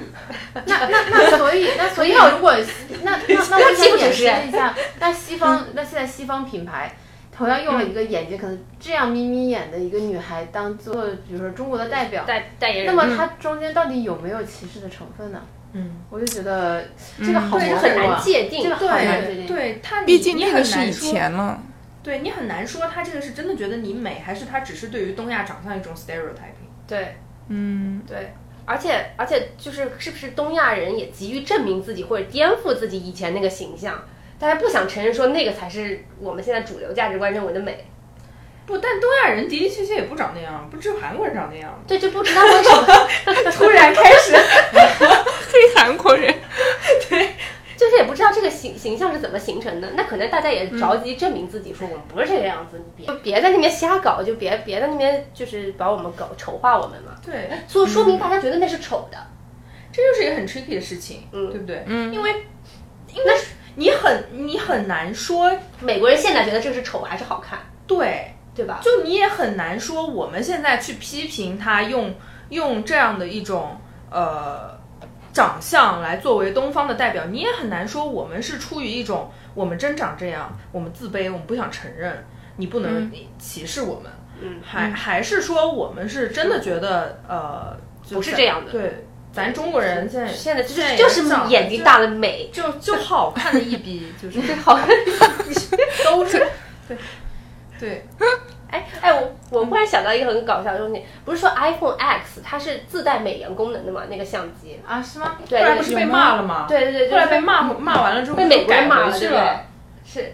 Speaker 4: 那那 那所以那所以如果那那那我
Speaker 2: 欺
Speaker 4: 想
Speaker 2: 负主
Speaker 4: 演
Speaker 2: 持
Speaker 4: 示
Speaker 2: 人
Speaker 4: 一下，那西
Speaker 2: 嗯
Speaker 4: 方那现在西方品牌。同样用了一个眼睛可能这样眯眯眼的一个女孩当做，比如说中国的代表，
Speaker 2: 代代言
Speaker 4: 那
Speaker 2: 人。嗯
Speaker 4: 么它中间到底有没有歧视的成分呢？
Speaker 3: 嗯，
Speaker 4: 我就觉得这个好模糊
Speaker 2: 嗯对，
Speaker 4: 啊，
Speaker 2: 很难界定。
Speaker 4: 这个好难界定。
Speaker 3: 对他你，
Speaker 1: 毕竟
Speaker 3: 你
Speaker 1: 那个
Speaker 3: 很
Speaker 1: 是以
Speaker 3: 难说，
Speaker 1: 前了，
Speaker 3: 对你很难说他这个是真的觉得你美，还是他只是对于东亚长相一种 stereotyping。
Speaker 2: 对
Speaker 1: 嗯，
Speaker 2: 对，而且而且就是是不是东亚人也急于证明自己或者颠覆自己以前那个形象？大家不想承认说那个才是我们现在主流价值观认为的美，
Speaker 3: 不，但东亚人的的确确也不长那样，不只有韩国人长那样。
Speaker 2: 对，就不知道为什么，
Speaker 3: 突然开始，
Speaker 1: 黑韩国人，
Speaker 2: 就是也不知道这个形形象是怎么形成的。那可能大家
Speaker 3: 嗯
Speaker 2: 也着急证明自己，说我们不是这个样子，你别就别在那边瞎搞，就别别在那边就是把我们搞丑化我们嘛。
Speaker 3: 对，
Speaker 2: 所以说
Speaker 3: 嗯
Speaker 2: 明大家觉得那是丑的，
Speaker 3: 这就是一个很 tricky 的事情，
Speaker 2: 嗯
Speaker 3: 对不对？
Speaker 1: 嗯
Speaker 3: 因为，因为你很你很难说，
Speaker 2: 美国人现在觉得这是丑还是好看，
Speaker 3: 对，
Speaker 2: 对吧？
Speaker 3: 就你也很难说，我们现在去批评他用用这样的一种呃长相来作为东方的代表，你也很难说我们是出于一种我们真长这样，我们自卑，我们不想承认，你不能
Speaker 1: 嗯
Speaker 3: 歧视我们，
Speaker 2: 嗯
Speaker 3: 还还是说我们是真的觉得呃就
Speaker 2: 不是这样的
Speaker 3: 对，咱中国人现在
Speaker 2: 现在就
Speaker 3: 现在
Speaker 2: 是
Speaker 3: 也
Speaker 2: 就是
Speaker 3: 长得
Speaker 2: 眼睛大的美，
Speaker 3: 就就好看的一逼，就是
Speaker 2: 好看。
Speaker 3: 都是对，
Speaker 2: 哎哎，我我忽然想到一个很搞笑的东西，不是说 iPhone X 它是自带美颜功能的嘛？那个相机，
Speaker 4: 啊，是吗？
Speaker 2: 对
Speaker 3: 后来不是被骂了吗？，
Speaker 2: 对对对，
Speaker 3: 后来被骂骂完了之后
Speaker 2: 被美国人
Speaker 3: 改
Speaker 2: 骂了，
Speaker 3: 回去
Speaker 2: 对不对？是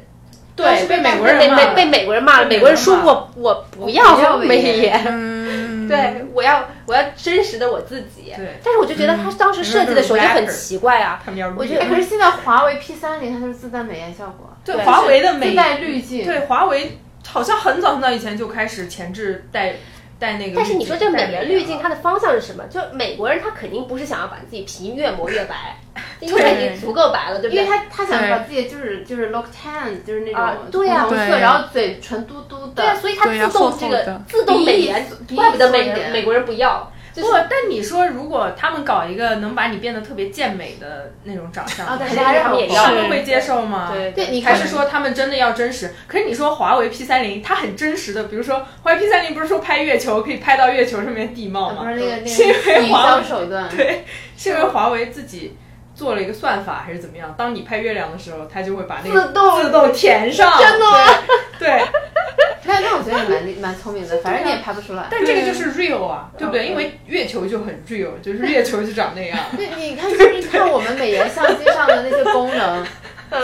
Speaker 3: 对，被美国人
Speaker 2: 哎被
Speaker 3: 骂
Speaker 2: 被
Speaker 3: 了。
Speaker 2: 被美国人骂了，美
Speaker 3: 被美
Speaker 2: 国
Speaker 3: 国
Speaker 2: 人
Speaker 3: 人
Speaker 2: 说
Speaker 3: 骂
Speaker 2: 我我不
Speaker 4: 不
Speaker 2: 要
Speaker 4: 要
Speaker 2: 美
Speaker 4: 美
Speaker 2: 颜，
Speaker 1: 嗯，
Speaker 2: 对我要我要真实的我自己。
Speaker 3: 对
Speaker 2: 但是我就觉得他当时设计的时候就很奇怪啊，
Speaker 3: 他们要
Speaker 2: 我觉
Speaker 4: 哎，可
Speaker 3: 绿
Speaker 4: 是现在华为 P 三零它就是自带美颜效果，
Speaker 3: 对
Speaker 2: 对
Speaker 3: 华为的美
Speaker 4: 自带滤镜，
Speaker 3: 对华为好像很早很早以前就开始前置带带那个滤镜，
Speaker 2: 但是你说这美
Speaker 3: 带
Speaker 2: 颜滤镜，
Speaker 3: 了
Speaker 2: 它的啊方向是什么？就美国人他肯定不是想要把自己皮越磨越白，因为他已经足够白了，对不
Speaker 4: 因为
Speaker 2: 对？
Speaker 4: 他他想把自己就是就是 look tan，就是那
Speaker 2: 啊
Speaker 4: 种
Speaker 2: 对呀
Speaker 4: 红色，
Speaker 1: 对
Speaker 4: 然后嘴唇嘟嘟
Speaker 2: 对啊，
Speaker 4: 的，
Speaker 2: 所以它
Speaker 1: 对呀
Speaker 2: 自动
Speaker 1: 厚
Speaker 2: 这
Speaker 1: 厚
Speaker 2: 个
Speaker 1: 的
Speaker 2: 自动美
Speaker 4: 鼻翼
Speaker 2: 颜，
Speaker 4: 鼻翼
Speaker 2: 怪不得美
Speaker 4: 缩一
Speaker 2: 人
Speaker 4: 点
Speaker 2: 美国人不要，就
Speaker 3: 不
Speaker 2: 是，
Speaker 3: 但你说如果他们搞一个能把你变得特别健美的那种长相，
Speaker 4: 啊对
Speaker 2: 肯定他们也要
Speaker 3: 他们会接受吗？
Speaker 2: 对
Speaker 4: 对，你
Speaker 3: 还
Speaker 4: 看
Speaker 3: 是说他们真的要真实？可是你说华为 P 三零，它很真实的，比如说华为 P 三零不是说拍月球可以拍到月球上面地貌
Speaker 4: 啊不
Speaker 3: 吗？
Speaker 2: 嗯
Speaker 4: 是那个那
Speaker 3: 是因
Speaker 4: 个
Speaker 3: 为
Speaker 4: 营
Speaker 3: 华
Speaker 4: 销
Speaker 3: 为
Speaker 4: 手段，
Speaker 3: 对，是因为华为自己做了一个算法还是怎么样？当你拍月亮的时候，它就会把那个
Speaker 4: 自动
Speaker 3: 自动填上。真的吗？对，
Speaker 4: 那那我觉得你蛮 蛮聪明的，反正你也拍不出来。
Speaker 3: 但这个就是 real 啊，对不
Speaker 2: 嗯
Speaker 3: 对？因为月球就很 real，就是月球就长那样。
Speaker 4: 对，你看，就是看我们美颜相机上的那些功能，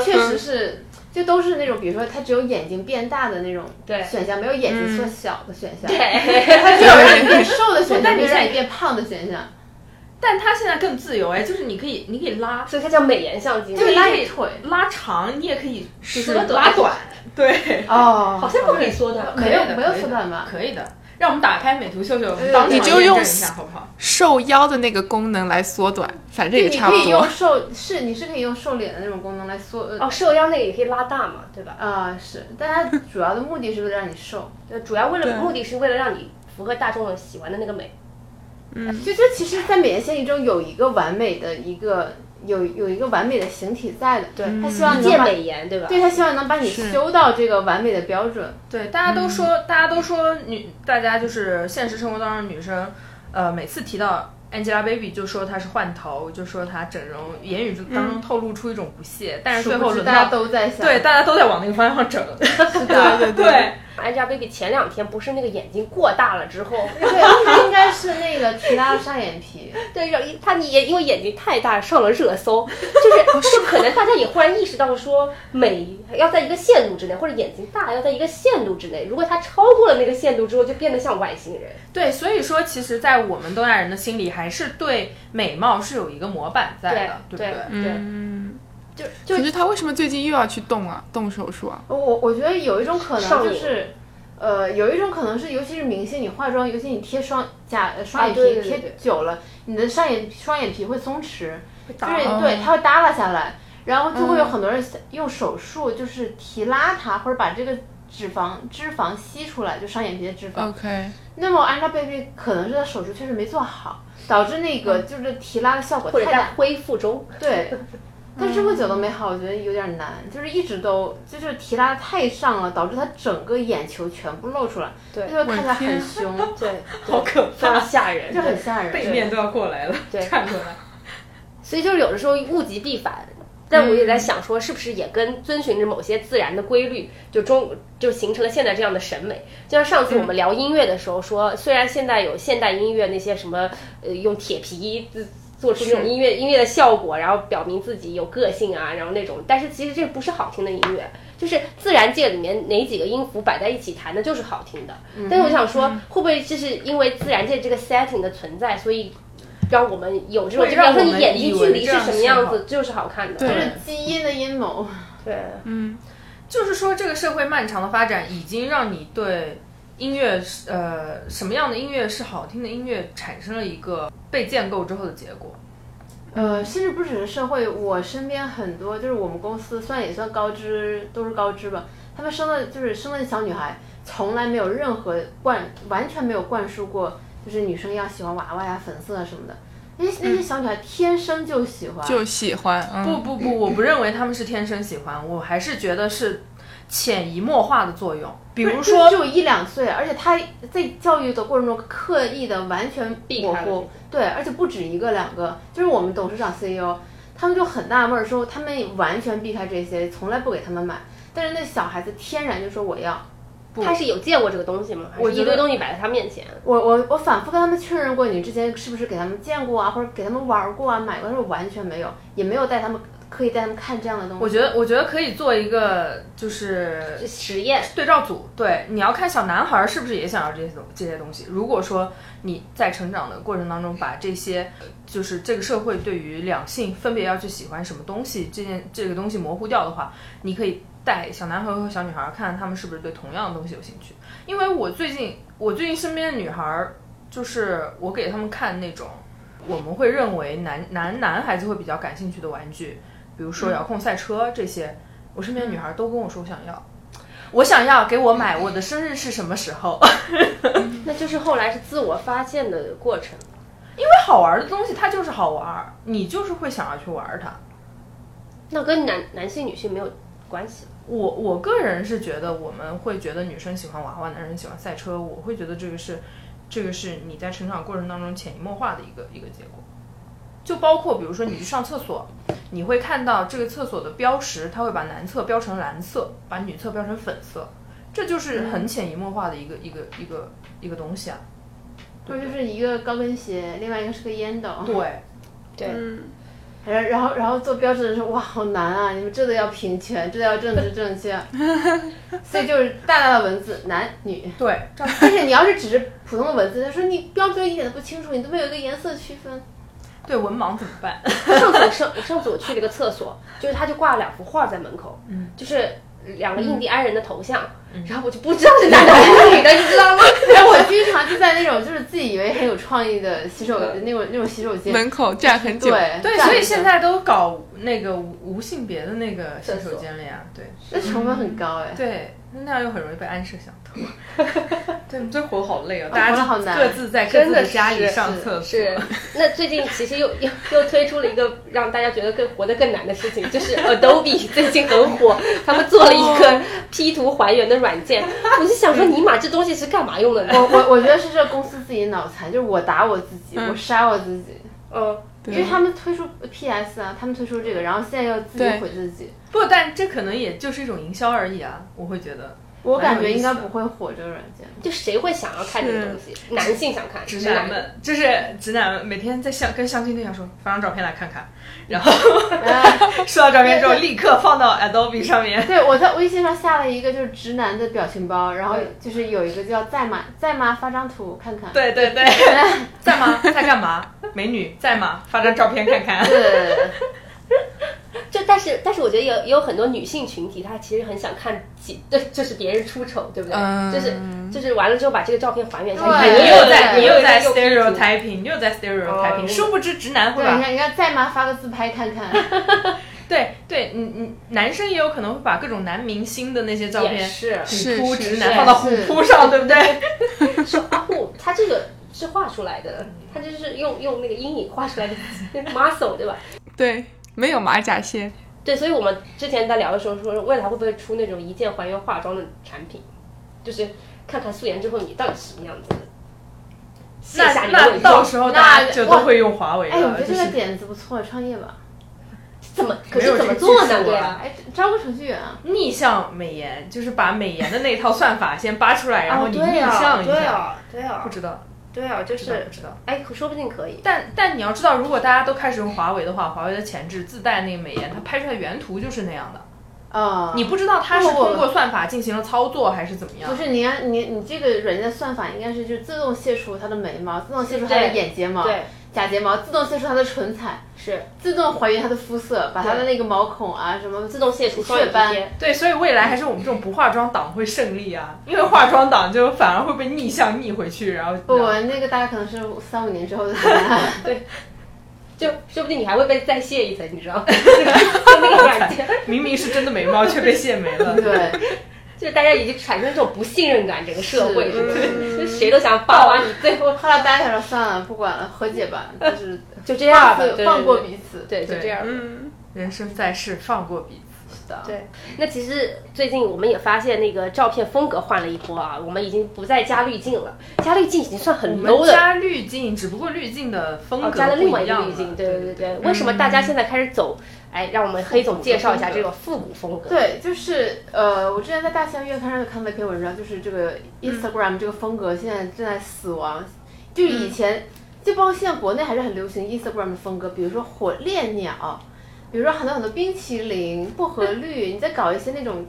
Speaker 4: 确实是，就都是那种，比如说它只有眼睛变大的那种
Speaker 2: 对
Speaker 4: 选项，没有眼睛缩小的选项，
Speaker 2: 对，
Speaker 4: 它只有让你变瘦的选项，
Speaker 3: 但你
Speaker 4: 没有让
Speaker 3: 现
Speaker 4: 你变胖的选项，
Speaker 3: 但它现在更自由哎，就是你可以，你可以拉，
Speaker 2: 所以它叫美颜相机嘛。
Speaker 4: 就是
Speaker 3: 拉
Speaker 4: 拉
Speaker 3: 你
Speaker 4: 你腿
Speaker 3: 拉长，你也可以就是
Speaker 2: 缩短
Speaker 3: 拉短，对。
Speaker 4: 哦，
Speaker 2: 好像不可以缩短，
Speaker 4: 没有
Speaker 3: 可以的
Speaker 4: 没有
Speaker 3: 可以的
Speaker 4: 缩短吧？
Speaker 3: 可以的，让我们打开美图秀秀，我们
Speaker 4: 对
Speaker 3: 当场
Speaker 4: 你
Speaker 1: 就用
Speaker 3: 验证一下好不好？
Speaker 1: 瘦腰的那个功能来缩短，反正
Speaker 4: 对
Speaker 1: 也
Speaker 4: 你
Speaker 1: 差
Speaker 4: 可
Speaker 1: 不
Speaker 4: 以
Speaker 1: 多
Speaker 4: 用。瘦是你是可以用瘦脸的那种功能来缩呃
Speaker 2: 哦，瘦腰那个也可以拉大嘛，对吧？
Speaker 4: 啊是，但它主要的目的是为了让你瘦，
Speaker 2: 呃主要为
Speaker 1: 对
Speaker 2: 了目的是为了让你符合大众喜欢的那个美。
Speaker 3: 嗯
Speaker 4: 就就其实，在美颜陷阱中有一个完美的一个有有一个完美的形体在的，
Speaker 2: 对
Speaker 4: 他希望
Speaker 2: 一
Speaker 4: 你能
Speaker 2: 键
Speaker 4: 把
Speaker 2: 美颜，对吧？
Speaker 4: 对他希望能把你
Speaker 1: 是
Speaker 4: 修到这个完美的标准。
Speaker 3: 对，大家
Speaker 4: 嗯
Speaker 3: 都说，大家都说女，大家就是现实生活当中女生，呃，每次提到 Angelababy 就说她是换头，就说她整容，言语当中透露出一种不屑，但是最
Speaker 4: 嗯殊
Speaker 3: 后
Speaker 4: 不知
Speaker 3: 轮
Speaker 4: 大家
Speaker 3: 到。
Speaker 4: 都在想，
Speaker 3: 对，大家都在往那个方向整。
Speaker 4: 是的，对
Speaker 3: 对，
Speaker 2: Angelababy 前两天不是那个眼睛过大了之后，
Speaker 4: 对，他应该是那个提拉了上眼皮，
Speaker 2: 对，让他你也因为眼睛太大上了热搜， 就是就可能大家也忽然意识到说美要在一个限度之内，或者眼睛大要在一个限度之内。如果它超过了那个限度之后，就变得像外星人。
Speaker 3: 对，所以说，其实，在我们东亚人的心里，还是对美貌是有一个模板在的，
Speaker 2: 对
Speaker 3: 对不对？
Speaker 2: 对，
Speaker 1: 嗯，
Speaker 2: 就就
Speaker 1: 可是他为什么最近又要去动啊，动手术啊？
Speaker 4: 我我觉得有一种可能
Speaker 2: 上
Speaker 4: 就
Speaker 2: 瘾
Speaker 4: 是。呃，有一种可能是，尤其是明星，你化妆，尤其你贴双假呃
Speaker 2: 啊
Speaker 4: 双眼皮、
Speaker 2: 对对对对
Speaker 4: 贴久了，你的上眼双眼皮会松弛，就
Speaker 2: 打嗯
Speaker 4: 是
Speaker 1: 了
Speaker 4: 对，它会耷拉下来，然后就会有
Speaker 1: 嗯
Speaker 4: 很多人想用手术，就是提拉它，或者把这个脂肪脂肪吸出来，就上眼皮的脂
Speaker 2: 嗯
Speaker 4: 肪。
Speaker 1: OK，
Speaker 4: 那么 Angelababy 可能是她手术确实没做好，导致那个
Speaker 2: 嗯
Speaker 4: 就是提拉的效果
Speaker 2: 或者
Speaker 4: 太
Speaker 2: 在
Speaker 4: 大。
Speaker 2: 恢复中，
Speaker 4: 对，但是这么久都没好，我觉得有点难，就是一直都就是提拉得太上了，导致她整个眼球全部露出来，
Speaker 2: 对
Speaker 4: 就会看起来
Speaker 1: 我的
Speaker 4: 很
Speaker 1: 天
Speaker 4: 凶，
Speaker 2: 对，
Speaker 3: 好可
Speaker 2: 非常
Speaker 3: 怕，
Speaker 2: 吓人，
Speaker 4: 就很
Speaker 2: 对。
Speaker 4: 吓人。
Speaker 3: 背面都要过来了，
Speaker 2: 对
Speaker 3: 看过来。
Speaker 2: 所以就是有的时候物极必反。但我也在想，说是不是也跟遵循着某些自然的规律，就中就形成了现在这样的审美。就像上次我们聊音乐的时候说，虽然现在有现代音乐那些什么呃用铁皮呃做出那种
Speaker 1: 是
Speaker 2: 音乐音乐的效果，然后表明自己有个性啊，然后那种，但是其实这不是好听的音乐，就是自然界里面哪几个音符摆在一起弹的就是好听的。
Speaker 3: 嗯
Speaker 2: 但是我想说，会不会就是因为自然界这个 setting 的存在，所以让我们有这种，
Speaker 3: 会
Speaker 2: 就比方说
Speaker 3: 让我
Speaker 2: 你
Speaker 3: 们
Speaker 2: 眼睛
Speaker 3: 以
Speaker 2: 距
Speaker 3: 为
Speaker 2: 离
Speaker 3: 这
Speaker 2: 是
Speaker 3: 样
Speaker 2: 什么
Speaker 3: 是
Speaker 2: 样
Speaker 3: 好
Speaker 2: 子，就是好看的。
Speaker 1: 对
Speaker 4: 就是基因的阴谋，
Speaker 2: 对，
Speaker 1: 嗯，
Speaker 3: 就是说，这个社会漫长的发展已经让你对音乐是，呃，什么样的音乐是好听的音乐，产生了一个被建构之后的结果。
Speaker 4: 呃，甚至不只是社会，我身边很多就是我们公司算也算高知，都是高知吧。他们生的就是生的小女孩，从来没有任何灌，完全没有灌输过，就是女生要喜欢娃娃呀、粉色啊什么的。那些那些小女孩天生就喜欢，
Speaker 1: 就喜欢，
Speaker 3: 不
Speaker 1: 嗯，
Speaker 3: 不不，我不认为他们是天生喜欢，我还是觉得是潜移默化的作用。比如说
Speaker 4: 只，有一两岁，而且她在教育的过程中刻意的完全
Speaker 2: 避
Speaker 4: 模
Speaker 2: 开了
Speaker 4: 糊，对，而且不止一个两个，就是我们 E 董事长 CEO，他们就很纳闷儿说，他们完全避开这些，从来不给他们买。但是那小孩子天然就说我要。不
Speaker 2: 他是有见过这个东西吗？还
Speaker 4: 我
Speaker 2: 是
Speaker 4: 觉得
Speaker 2: 一堆东西摆在他面前？
Speaker 4: 我我我反复跟他们确认过，你之前是不是给他们见过啊，或者给他们玩过啊，买过？他说完全没有，也没有带他们，可以带他们看这样的东西。
Speaker 3: 我觉得，我觉得可以做一个，就是
Speaker 2: 就实验，
Speaker 3: 对照组，对，你要看小男孩儿是不是也想要这些东这些东西。如果说你在成长的过程当中，把这些就是这个社会对于两性分别要去喜欢什么东西这件这个东西模糊掉的话，你可以带小男孩和小女孩儿看他们是不是对同样的东西有兴趣。因为我最近我最近身边的女孩儿，就是我给他们看那种我们会认为男男男孩子会比较感兴趣的玩具，比如说遥控赛车这些，我身边的女孩儿都跟我说我想要。我想要给我买，我的生日是什么时候？
Speaker 2: 那就是后来是自我发现的过程。
Speaker 3: 好玩的东西它就是好玩儿，你就是会想要去玩儿它。
Speaker 2: 那跟男男性女性没有关系。
Speaker 3: 我我个人是觉得，我们会觉得女生喜欢娃娃，男人喜欢赛车，我会觉得这个是，这个是你在成长过程当中潜移默化的一个一个结果。就包括比如说你去上厕所，你会看到这个厕所的标识，它会把男厕标成蓝色，把女厕标成粉色，这就是很潜移默化的一个一个一个一个东西啊。
Speaker 4: 或者就是一个高跟鞋，另外一个是个烟斗，
Speaker 3: 对，
Speaker 2: 对，
Speaker 1: 嗯，
Speaker 4: 然然后然后做标志的时候，哇，好难啊！你们这都要平权，这都要政治正确， 所以就是大大的文字，男女。
Speaker 3: 对，
Speaker 4: 但是你要是只是普通的文字，他说你标志一点都不清楚，你都没有一个颜色区分。
Speaker 3: 对文盲怎么办？
Speaker 2: 上次我上我上次我去了一个厕所，就是他就挂了两幅画在门口，
Speaker 3: 嗯
Speaker 2: 就是两个印第安人的头像，然后我就不知道是男的还是女的，你知道吗？
Speaker 4: 然后我经常就在那种就是自己以为很有创意的洗手那种那种洗手间，
Speaker 1: 门口站很久，
Speaker 4: 对
Speaker 3: 对，
Speaker 4: 站
Speaker 3: 所以
Speaker 4: 着
Speaker 3: 现在都搞那个无无性别的那个洗手间了呀。对
Speaker 4: 那成本很高哎。
Speaker 3: 对，那样又很容易被暗射想透。对，我们这活好累哦，
Speaker 4: 啊
Speaker 3: 大
Speaker 4: 活得
Speaker 3: 家
Speaker 4: 好
Speaker 3: 就
Speaker 4: 难
Speaker 3: 各自在各
Speaker 2: 真
Speaker 3: 自
Speaker 2: 的
Speaker 3: 家里
Speaker 2: 是
Speaker 3: 上
Speaker 4: 是
Speaker 3: 厕所。
Speaker 2: 是，那最近其实又又又推出了一个让大家觉得更活得更难的事情，就是 Adobe 最近很火，他们做了一个 P 图还原的软件。我就想说，尼玛这东西是干嘛用的呢？
Speaker 4: 我我我觉得是这公司自己脑残，就是我打我自己，
Speaker 1: 嗯
Speaker 4: 我杀我自己，
Speaker 2: 嗯，
Speaker 4: 因为他们推出 PS 啊，他们推出这个，然后现在要自己
Speaker 1: 对
Speaker 4: 毁自己，
Speaker 3: 不，但这可能也就是一种营销而已啊，我会觉得。
Speaker 4: 我感
Speaker 3: 蛮
Speaker 4: 觉
Speaker 3: 有
Speaker 4: 应
Speaker 3: 意思的
Speaker 4: 该不会火这个软件。
Speaker 2: 就谁会想要看这个东西？男性想看，
Speaker 3: 直男们就是直男们，每天在相跟相亲对象说发张照片来看看，然后
Speaker 4: 哎
Speaker 3: 收到照片之后立刻放到 Adobe 上面。
Speaker 4: 对，我在微信上下了一个就是直男的表情包，然后
Speaker 2: 对
Speaker 4: 就是有一个叫在吗在吗发张图看看。
Speaker 3: 对对对，在吗？在干嘛？美女在吗？发张照片看看。
Speaker 4: 对，
Speaker 2: 就但是但是我觉得也有也有很多女性群体，她其实很想看几， 对，就是别人出丑，对不对？
Speaker 1: 嗯
Speaker 2: 就是就是完了之后把这个照片还原一下，
Speaker 4: 对
Speaker 2: 看
Speaker 3: 哎你又在你又在
Speaker 2: 又
Speaker 3: stereotyping，你又在 stereotyping，
Speaker 2: 哦
Speaker 3: 殊不知直男会
Speaker 4: 对，你
Speaker 3: 把
Speaker 4: 看你看在吗发个自拍看看，
Speaker 3: 对对，你你男生也有可能会把各种男明星的那些照
Speaker 2: 也
Speaker 3: 片，
Speaker 2: 是
Speaker 1: 是
Speaker 3: 虎扑
Speaker 1: 是
Speaker 3: 直
Speaker 4: 是
Speaker 3: 男放到虎扑上，对不对？
Speaker 2: 说啊不，他这个是画出来的，他就是用用那个阴影画出 来的 muscle，对吧？
Speaker 1: 对，没有马甲线，
Speaker 2: 对，所以我们之前在聊的时候说，未来会不会出那种一键还原化妆的产品，就是看看素颜之后你到底是什么样子的。卸
Speaker 3: 那
Speaker 2: 下你的
Speaker 3: 那
Speaker 2: 伪
Speaker 3: 到
Speaker 2: 装，
Speaker 3: 时候
Speaker 4: 那
Speaker 3: 大家就
Speaker 4: 哇
Speaker 3: 都会用华为
Speaker 4: 哎，我
Speaker 3: 了
Speaker 4: 觉，得
Speaker 3: 就
Speaker 4: 这个
Speaker 3: 是
Speaker 4: 点子不错，创业吧。
Speaker 2: 怎么可
Speaker 3: 没
Speaker 2: 是
Speaker 3: 有
Speaker 2: 怎么
Speaker 3: 这个
Speaker 2: 做
Speaker 3: 技术
Speaker 2: 呢？对
Speaker 3: 啊
Speaker 2: 啊，
Speaker 4: 哎，招个程序员啊。
Speaker 3: 逆向美颜，就是把美颜的那套算法先扒出来，然
Speaker 4: 哦
Speaker 3: 后你逆向一下。
Speaker 2: 啊，哦对啊
Speaker 3: 不，知道，
Speaker 2: 对啊，就
Speaker 3: 不知道，不知道。
Speaker 2: 哎，可说不定可以。
Speaker 3: 但但你要知道，如果大家都开始用华为的话，华为的前置自带那个美颜，它拍出来原图就是那样的。
Speaker 4: 啊、
Speaker 3: 你不知道它是
Speaker 4: 不不不
Speaker 3: 通过算法进行了操作还是怎么样？
Speaker 4: 不是你看你你这个软件的算法应该是就自动卸除它的眉毛，自动卸除它的
Speaker 2: 对
Speaker 4: 眼睫毛、
Speaker 2: 对，
Speaker 4: 假睫毛，自动卸除它的唇彩，
Speaker 2: 是
Speaker 4: 自动还原它的肤色，把它的
Speaker 2: 对
Speaker 4: 那个毛孔啊什么自
Speaker 2: 自动卸除双眼
Speaker 4: 雀斑
Speaker 2: 皮贴。
Speaker 3: 对，所以未来还是我们这种不化妆党会胜利啊，因为化妆党就反而会被逆向逆回去，然后
Speaker 4: 不，我那个大概可能是三五年之后的答案。
Speaker 2: 就说不定你还会被再卸一层，你知道吗？ 就那个软件，
Speaker 3: 明明是真的眉毛却被卸 眉了。
Speaker 4: 对，
Speaker 2: 就是大家已经产生这种不信任感，整个社会，
Speaker 4: 是
Speaker 3: 嗯
Speaker 2: 就是谁都想扒完你，最后
Speaker 4: 后来大家想说算了，不管了，和解吧，就是
Speaker 2: 就这样吧
Speaker 4: 放，
Speaker 2: 对
Speaker 4: 放过，彼此。
Speaker 2: 对对对，就这样。
Speaker 1: 嗯，
Speaker 3: 人生在世，放过彼此。
Speaker 4: 的。
Speaker 2: 对，那其实最近我们也发现，那个照片风格换了一波啊，我们已经不再加滤镜了，加滤镜已经算
Speaker 3: 我
Speaker 2: 很
Speaker 3: 们
Speaker 2: low 的，
Speaker 3: 加滤镜，只不过滤镜的风
Speaker 2: 哦，
Speaker 3: 格
Speaker 2: 加了另
Speaker 3: 不
Speaker 2: 外
Speaker 3: 一
Speaker 2: 一个
Speaker 3: 样
Speaker 2: 滤
Speaker 3: 了嗯
Speaker 2: 镜，对对对。为什么大家现在开始走？哎，让我们黑总介绍一下这个复古风格。
Speaker 4: 对，就是呃，我之前在大象月刊上看到一篇文章，就是这个 Instagram 这个风格现在正在死亡，就以前、就包括现在国内还是很流行 Instagram 的风格，比如说火烈鸟，比如说很多很多冰淇淋、薄荷绿，你再搞一些那种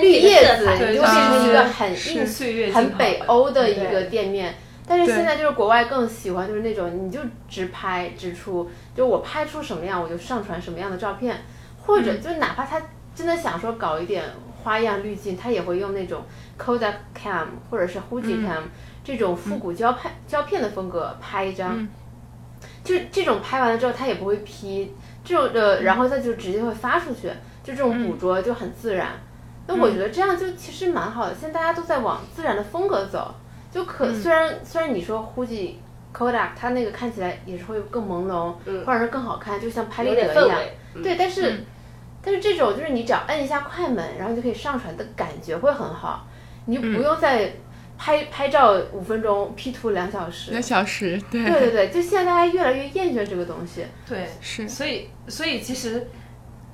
Speaker 4: 绿叶子，
Speaker 3: 对
Speaker 4: 你就
Speaker 3: 就
Speaker 4: 变成一个
Speaker 3: 是
Speaker 4: 很
Speaker 3: 是
Speaker 2: 嗯
Speaker 4: 硬
Speaker 3: 岁月静好
Speaker 4: 很北欧的一个
Speaker 2: 对
Speaker 4: 店面。但是
Speaker 1: 对
Speaker 4: 现在就是国外更喜欢就是那种你就直拍直出，就我拍出什么样我就上传什么样的照片，或者就哪怕他真的想说搞一点花样滤镜，他也会用那种 Kodak Cam 或者是 Fuji Cam、这种复古胶拍胶片的风格拍一张，
Speaker 1: 嗯
Speaker 4: 就是这种拍完了之后他也不会 P，这种呃然后他就直接会发出去，就这种捕捉就很自然。那
Speaker 2: 嗯
Speaker 4: 我觉得这样就其实蛮好的，现在大家都在往自然的风格走，就可、
Speaker 2: 嗯
Speaker 4: 虽然虽然你说呼记 Kodak 它那个看起来也是会更朦胧，
Speaker 2: 嗯
Speaker 4: 或者是更好看，就像拍立
Speaker 2: 有点
Speaker 4: 得
Speaker 2: 氛
Speaker 4: 一样。
Speaker 2: 围。嗯
Speaker 4: 对，但是、但是这种就是你只要摁一下快门，然后你就可以上传的感觉会很好，你就
Speaker 2: 嗯
Speaker 4: 不用再拍、拍照五分钟，P 图两小时。
Speaker 1: 两小时，对，
Speaker 4: 对对对，就现在大家越来越厌倦这个东 西。
Speaker 3: 对，
Speaker 1: 是
Speaker 3: 所以，所以其实，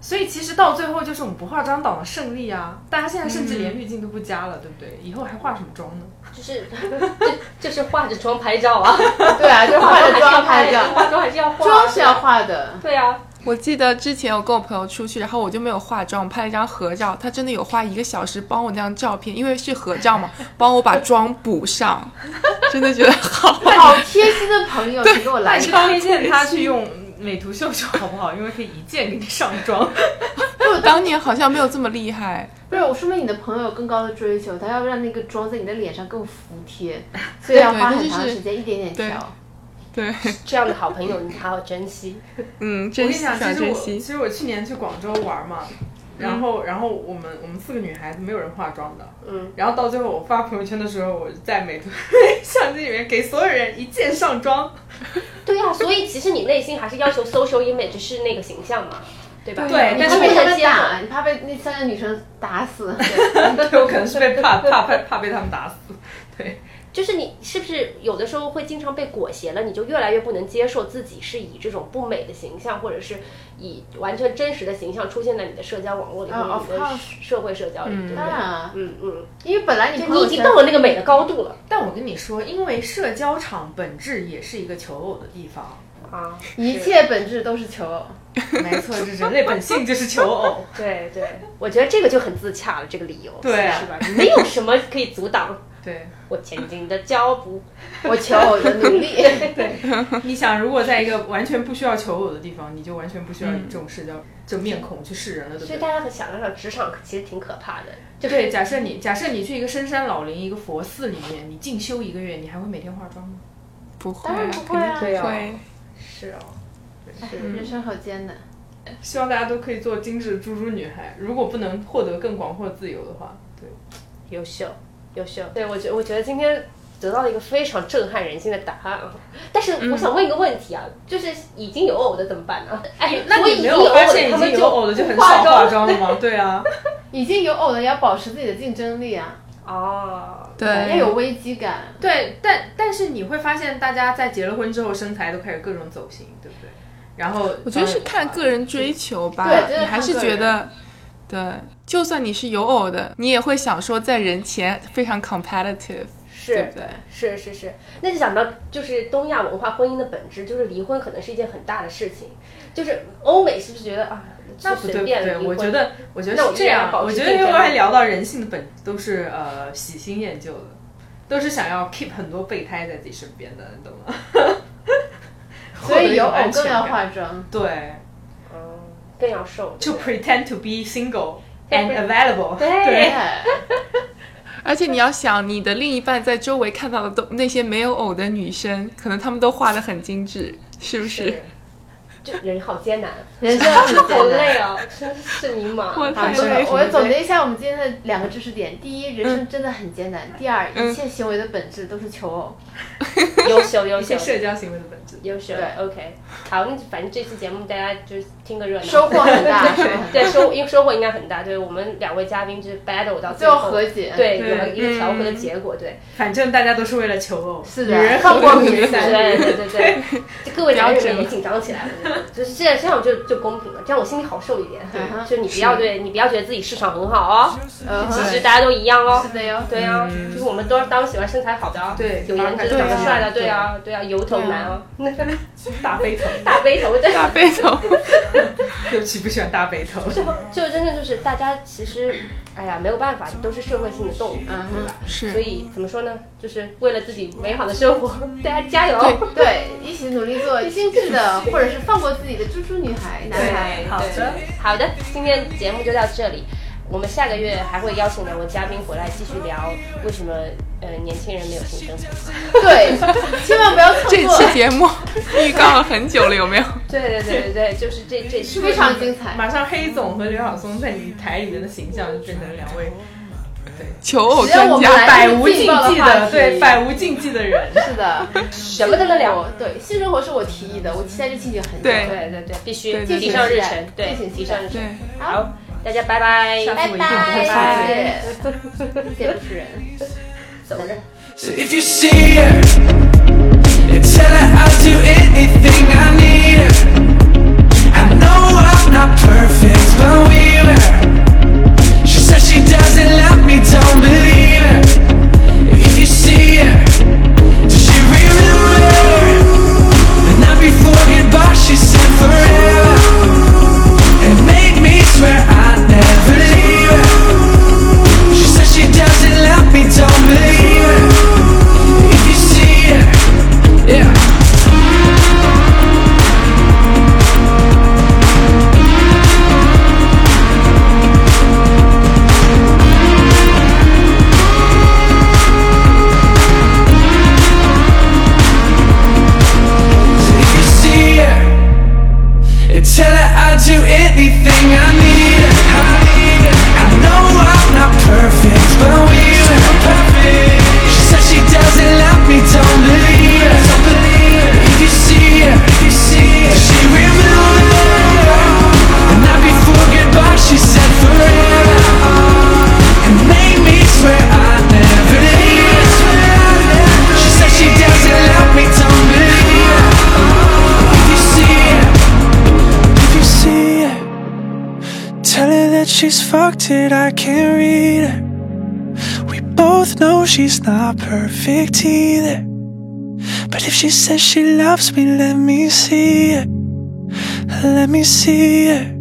Speaker 3: 所以其实到最后就是我们不化妆党的胜利啊！大家现在甚至
Speaker 2: 嗯
Speaker 3: 连滤镜都不加了，对不对？以后还化什么妆呢？
Speaker 2: 就是 这这是化着妆拍照啊，
Speaker 4: 对啊，就化着妆拍照，
Speaker 2: 化 妆还是要化，
Speaker 4: 妆是要化 的。
Speaker 2: 对啊，
Speaker 1: 我记得之前我跟我朋友出去，然后我就没有化妆，我拍了一张合照，他真的有花一个小时帮我那张照片，因为是合 照嘛，帮我把妆补上，真的觉得好。
Speaker 4: 好贴心的朋友，请给我
Speaker 3: 那
Speaker 4: 来
Speaker 3: 你
Speaker 4: 一
Speaker 3: 就
Speaker 4: 张。
Speaker 3: 推荐他去用美图秀秀好不好？因为可以一键给你上 妆。
Speaker 1: 当年好像没有这么厉害，
Speaker 4: 不是，我说明你的朋友有更高的追求，他要让那个妆在你的脸上更服帖，所以要花很长时间，一点点调。
Speaker 1: 对，
Speaker 2: 这样的好朋友你好好珍惜。
Speaker 1: 嗯，
Speaker 3: 我
Speaker 1: 珍
Speaker 3: 跟
Speaker 1: 惜
Speaker 3: 你讲，
Speaker 1: 想
Speaker 3: 其实
Speaker 1: 珍
Speaker 3: 我
Speaker 1: 惜
Speaker 3: 其，实我去年去广州玩嘛，然后、然后我们我们四个女孩子没有人化妆的，
Speaker 2: 嗯，
Speaker 3: 然后到最后我发朋友圈的时候，我在美图 相机里面给所有人一键上妆，
Speaker 2: 对啊，所以其实你内心还是要求 social image 是那个形象嘛，对吧？
Speaker 3: 对
Speaker 4: 你
Speaker 3: 但
Speaker 4: 怕
Speaker 3: 是
Speaker 2: 你
Speaker 4: 被
Speaker 2: 不
Speaker 4: 他
Speaker 2: 能
Speaker 4: 们
Speaker 2: 接受
Speaker 4: 打，你怕被那三个女生打死。
Speaker 3: 对我可能是被怕怕怕怕被他们打死，对。
Speaker 2: 就是你是不是有的时候会经常被裹挟了，你就越来越不能接受自己是以这种不美的形象，或者是以完全真实的形象出现在你的社交网络里，
Speaker 4: 啊
Speaker 2: 或者你
Speaker 4: of
Speaker 2: 的
Speaker 4: course
Speaker 2: 社会社交里，对不
Speaker 4: 当
Speaker 2: 对
Speaker 4: 然？啊，
Speaker 2: 嗯嗯，
Speaker 4: 因为本来你
Speaker 2: 就
Speaker 4: 朋
Speaker 2: 你
Speaker 4: 友
Speaker 2: 已经
Speaker 4: 圈
Speaker 2: 到了那个美的高度了
Speaker 3: 但我跟你说，因为社交场本质也是一个求偶的地方，
Speaker 2: 啊！
Speaker 4: 一
Speaker 2: 是
Speaker 4: 切本质都是求偶。
Speaker 3: 没错，这人类本性就是求偶。
Speaker 2: 对对，我觉得这个就很自洽了，这个理由
Speaker 3: 对啊
Speaker 2: 是吧？没有什么可以阻挡
Speaker 3: 对，
Speaker 2: 我前进的脚步。
Speaker 4: 我求偶的努力。
Speaker 3: 你想，如果在一个完全不需要求偶的地方，你就完全不需要以这种社交、这面孔去示人了， 对
Speaker 2: 所以
Speaker 3: 不
Speaker 2: 大
Speaker 3: 对？
Speaker 2: 家可想想，职场其实挺可怕的，
Speaker 3: 就对，假设你假设你去一个深山老林、一个佛寺里面，你进修一个月，你还会每天化妆吗？
Speaker 1: 不会，
Speaker 4: 当然不会啊
Speaker 1: 肯定不
Speaker 2: 对
Speaker 1: 会。
Speaker 2: 是哦。
Speaker 4: 人生好艰难。
Speaker 3: 希望大家都可以做精致猪猪女孩。如果不能获得更广阔自由的话，对，
Speaker 2: 优秀，优秀。对我觉我觉得今天得到了一个非常震撼人心的答案啊！
Speaker 3: 嗯
Speaker 2: 但是我想问一个问题啊，就是已经有偶的怎么办呢？哎，
Speaker 3: 那
Speaker 2: 我已
Speaker 3: 你没
Speaker 2: 经有偶
Speaker 3: 有
Speaker 2: 的
Speaker 3: 发现已
Speaker 2: 他
Speaker 3: 经
Speaker 2: 们
Speaker 3: 有偶的就很
Speaker 2: 不化
Speaker 3: 少化
Speaker 2: 妆
Speaker 3: 妆了 吗？对啊，
Speaker 4: 已经有偶的也要保持自己的竞争力啊，
Speaker 2: 哦，
Speaker 1: 对，
Speaker 4: 要有危机感。
Speaker 3: 对，但但是你会发现，大家在结了婚之后，身材都开始各种走形，对不对？然后嗯
Speaker 1: 我觉得是看个人追求吧，
Speaker 4: 对真的
Speaker 1: 你还是
Speaker 4: 看个
Speaker 1: 觉
Speaker 4: 人
Speaker 1: 得，对，就算你是有偶的，你也会想说在人前非常 competitive，对
Speaker 2: 是
Speaker 1: 不。对？
Speaker 2: 是是是，那就讲到就是东亚文化婚姻的本质，就是离婚可能是一件很大的事情，就是欧美是不是觉得啊，
Speaker 3: 那
Speaker 2: 就
Speaker 3: 不
Speaker 2: 随
Speaker 3: 对不
Speaker 2: 便
Speaker 3: 对，
Speaker 2: 离
Speaker 3: 我
Speaker 2: 婚
Speaker 3: 觉得我觉得
Speaker 2: 那我
Speaker 3: 是
Speaker 2: 们
Speaker 3: 这
Speaker 2: 应该
Speaker 3: 样，
Speaker 2: 保
Speaker 3: 我
Speaker 2: 持
Speaker 3: 觉得
Speaker 2: 竞
Speaker 3: 因为
Speaker 2: 争
Speaker 3: 还聊到人性的本都是呃喜新厌旧的，都是想要 keep 很多备胎在自己身边的，你懂吗？
Speaker 4: 所以有
Speaker 3: 获得一
Speaker 4: 偶
Speaker 3: 种安全
Speaker 4: 更要
Speaker 3: 感
Speaker 4: 化妆。
Speaker 3: 对，
Speaker 2: 嗯，更要瘦，
Speaker 3: 就 pretend to be single
Speaker 2: 对
Speaker 3: and available，
Speaker 2: 对
Speaker 4: 对，
Speaker 1: 而且你要想，你的另一半在周围看到的都那些没有偶的女生，可能她们都画的很精致，是不是？
Speaker 2: 就人好艰难，
Speaker 4: 人生很
Speaker 2: 好
Speaker 4: 艰难。
Speaker 2: 累啊，真是迷茫。
Speaker 1: 我
Speaker 4: 好，
Speaker 1: 太
Speaker 4: 就是
Speaker 1: 累
Speaker 4: 我
Speaker 1: 了。
Speaker 4: 总结一下我们今天的两个知识点：第一，人生真的很艰难；第二，
Speaker 1: 嗯
Speaker 4: 一切行为的本质都是求偶。
Speaker 2: 优秀优
Speaker 3: 一
Speaker 2: 秀
Speaker 3: 些社交行为的本质。
Speaker 2: 优秀
Speaker 4: 对
Speaker 2: ，OK，好，那反正这期节目大家就是听个热闹，
Speaker 4: 收获很大
Speaker 2: 对对收因为收获应该很大，对我们两位嘉宾就是 battle 到
Speaker 4: 最后和解。，
Speaker 2: 对有
Speaker 3: 对
Speaker 2: 了一个调和的结果，对，
Speaker 3: 反正大家都是为了求偶，
Speaker 4: 是
Speaker 3: 女
Speaker 4: 的
Speaker 3: 人
Speaker 4: 透
Speaker 3: 和
Speaker 4: 过
Speaker 3: 女
Speaker 4: 比
Speaker 3: 人
Speaker 4: 赛
Speaker 2: 对对对对，就各位
Speaker 1: 不要
Speaker 2: 男人
Speaker 1: 整
Speaker 2: 们也紧张起来了，对就是这样这样就就公平了，这样我心里好受一点。
Speaker 4: 嗯哼
Speaker 2: 就你不要对你不要觉得自己市场很好哦，
Speaker 4: 嗯
Speaker 2: 其
Speaker 4: 哼，
Speaker 2: 实大家都一样哦
Speaker 4: 是。的哟。
Speaker 2: 对啊，就是我们都当然喜欢身材好的啊，
Speaker 3: 对
Speaker 2: 有颜值的、
Speaker 1: 对
Speaker 2: 长
Speaker 1: 啊
Speaker 2: 得帅的，对啊，对啊，油头男啊，
Speaker 3: 大 背头，
Speaker 2: 大背头，对，
Speaker 1: 大背头，
Speaker 3: 尤其不喜欢大 背头。
Speaker 2: 就真的就是大家其实，哎呀，没有办法，都是社会性的动物，
Speaker 4: 嗯哼，
Speaker 2: 所
Speaker 1: 是
Speaker 2: 以怎么说呢？就是为了自己美好的生活，大家加油！
Speaker 4: 对，一起努力做精致的，或者是放过自己的猪猪女孩、男 孩。
Speaker 3: 好的，
Speaker 2: 好的，今天节目就到这里。我们下个月还会邀请两位嘉宾回来，继续聊为什么呃年轻人没有性生活。
Speaker 4: 对，千万不要错
Speaker 1: 这期
Speaker 4: 过，
Speaker 1: 节目预告了很久了，有没有？
Speaker 2: 对对对对 对，就是这这是
Speaker 4: 非常精彩。
Speaker 3: 马上黑总和刘晓松在你台里面的形象就变成两位
Speaker 1: 求偶
Speaker 4: 只要我
Speaker 1: 专
Speaker 4: 们来
Speaker 1: 家，
Speaker 3: 百无禁
Speaker 4: 劲爆
Speaker 3: 忌
Speaker 4: 的话
Speaker 3: 的，
Speaker 4: 题
Speaker 3: 对百无禁忌的人。
Speaker 4: 是的，
Speaker 2: 什么都能聊。
Speaker 4: 对，性生活是我提议的，我期待这期已经很久
Speaker 1: 对
Speaker 4: 了。
Speaker 2: 对对对，必须
Speaker 1: 对对
Speaker 2: 提上日程，对
Speaker 4: 对敬请，期待
Speaker 2: 提上日程。
Speaker 1: 对，
Speaker 2: 好，大家拜拜，
Speaker 3: 下次我一定
Speaker 4: 拜
Speaker 3: 会发现。
Speaker 4: 拜，谢谢主持人。
Speaker 2: 走着。
Speaker 5: So if you see her, and tell her I'll do anything I need her. I know I'm not perfect, but we were. She said she doesn't love me, don't believe her. If you see her, does she remember? The night before goodbye, she said forever. And made me swear I'd never leave her. She said she doesn't love me, don't believe her. If you see it, yeah. If you see her, and tell her I'd do anything I need her. I need her. I know I'm not perfect, but we were perfect. She said she doesn't love me, don't believe her. Don't believe her. If you see her, if you see her, she remember. And not before goodbye, she said forever. And made me swear I'd never leave her. She said she doesn't love me, don't believe her. If you see it, if you see it, tell her that she's fucked it. I can't read her. We both know she's not perfect either. But if she says she loves me, let me see it. Let me see it.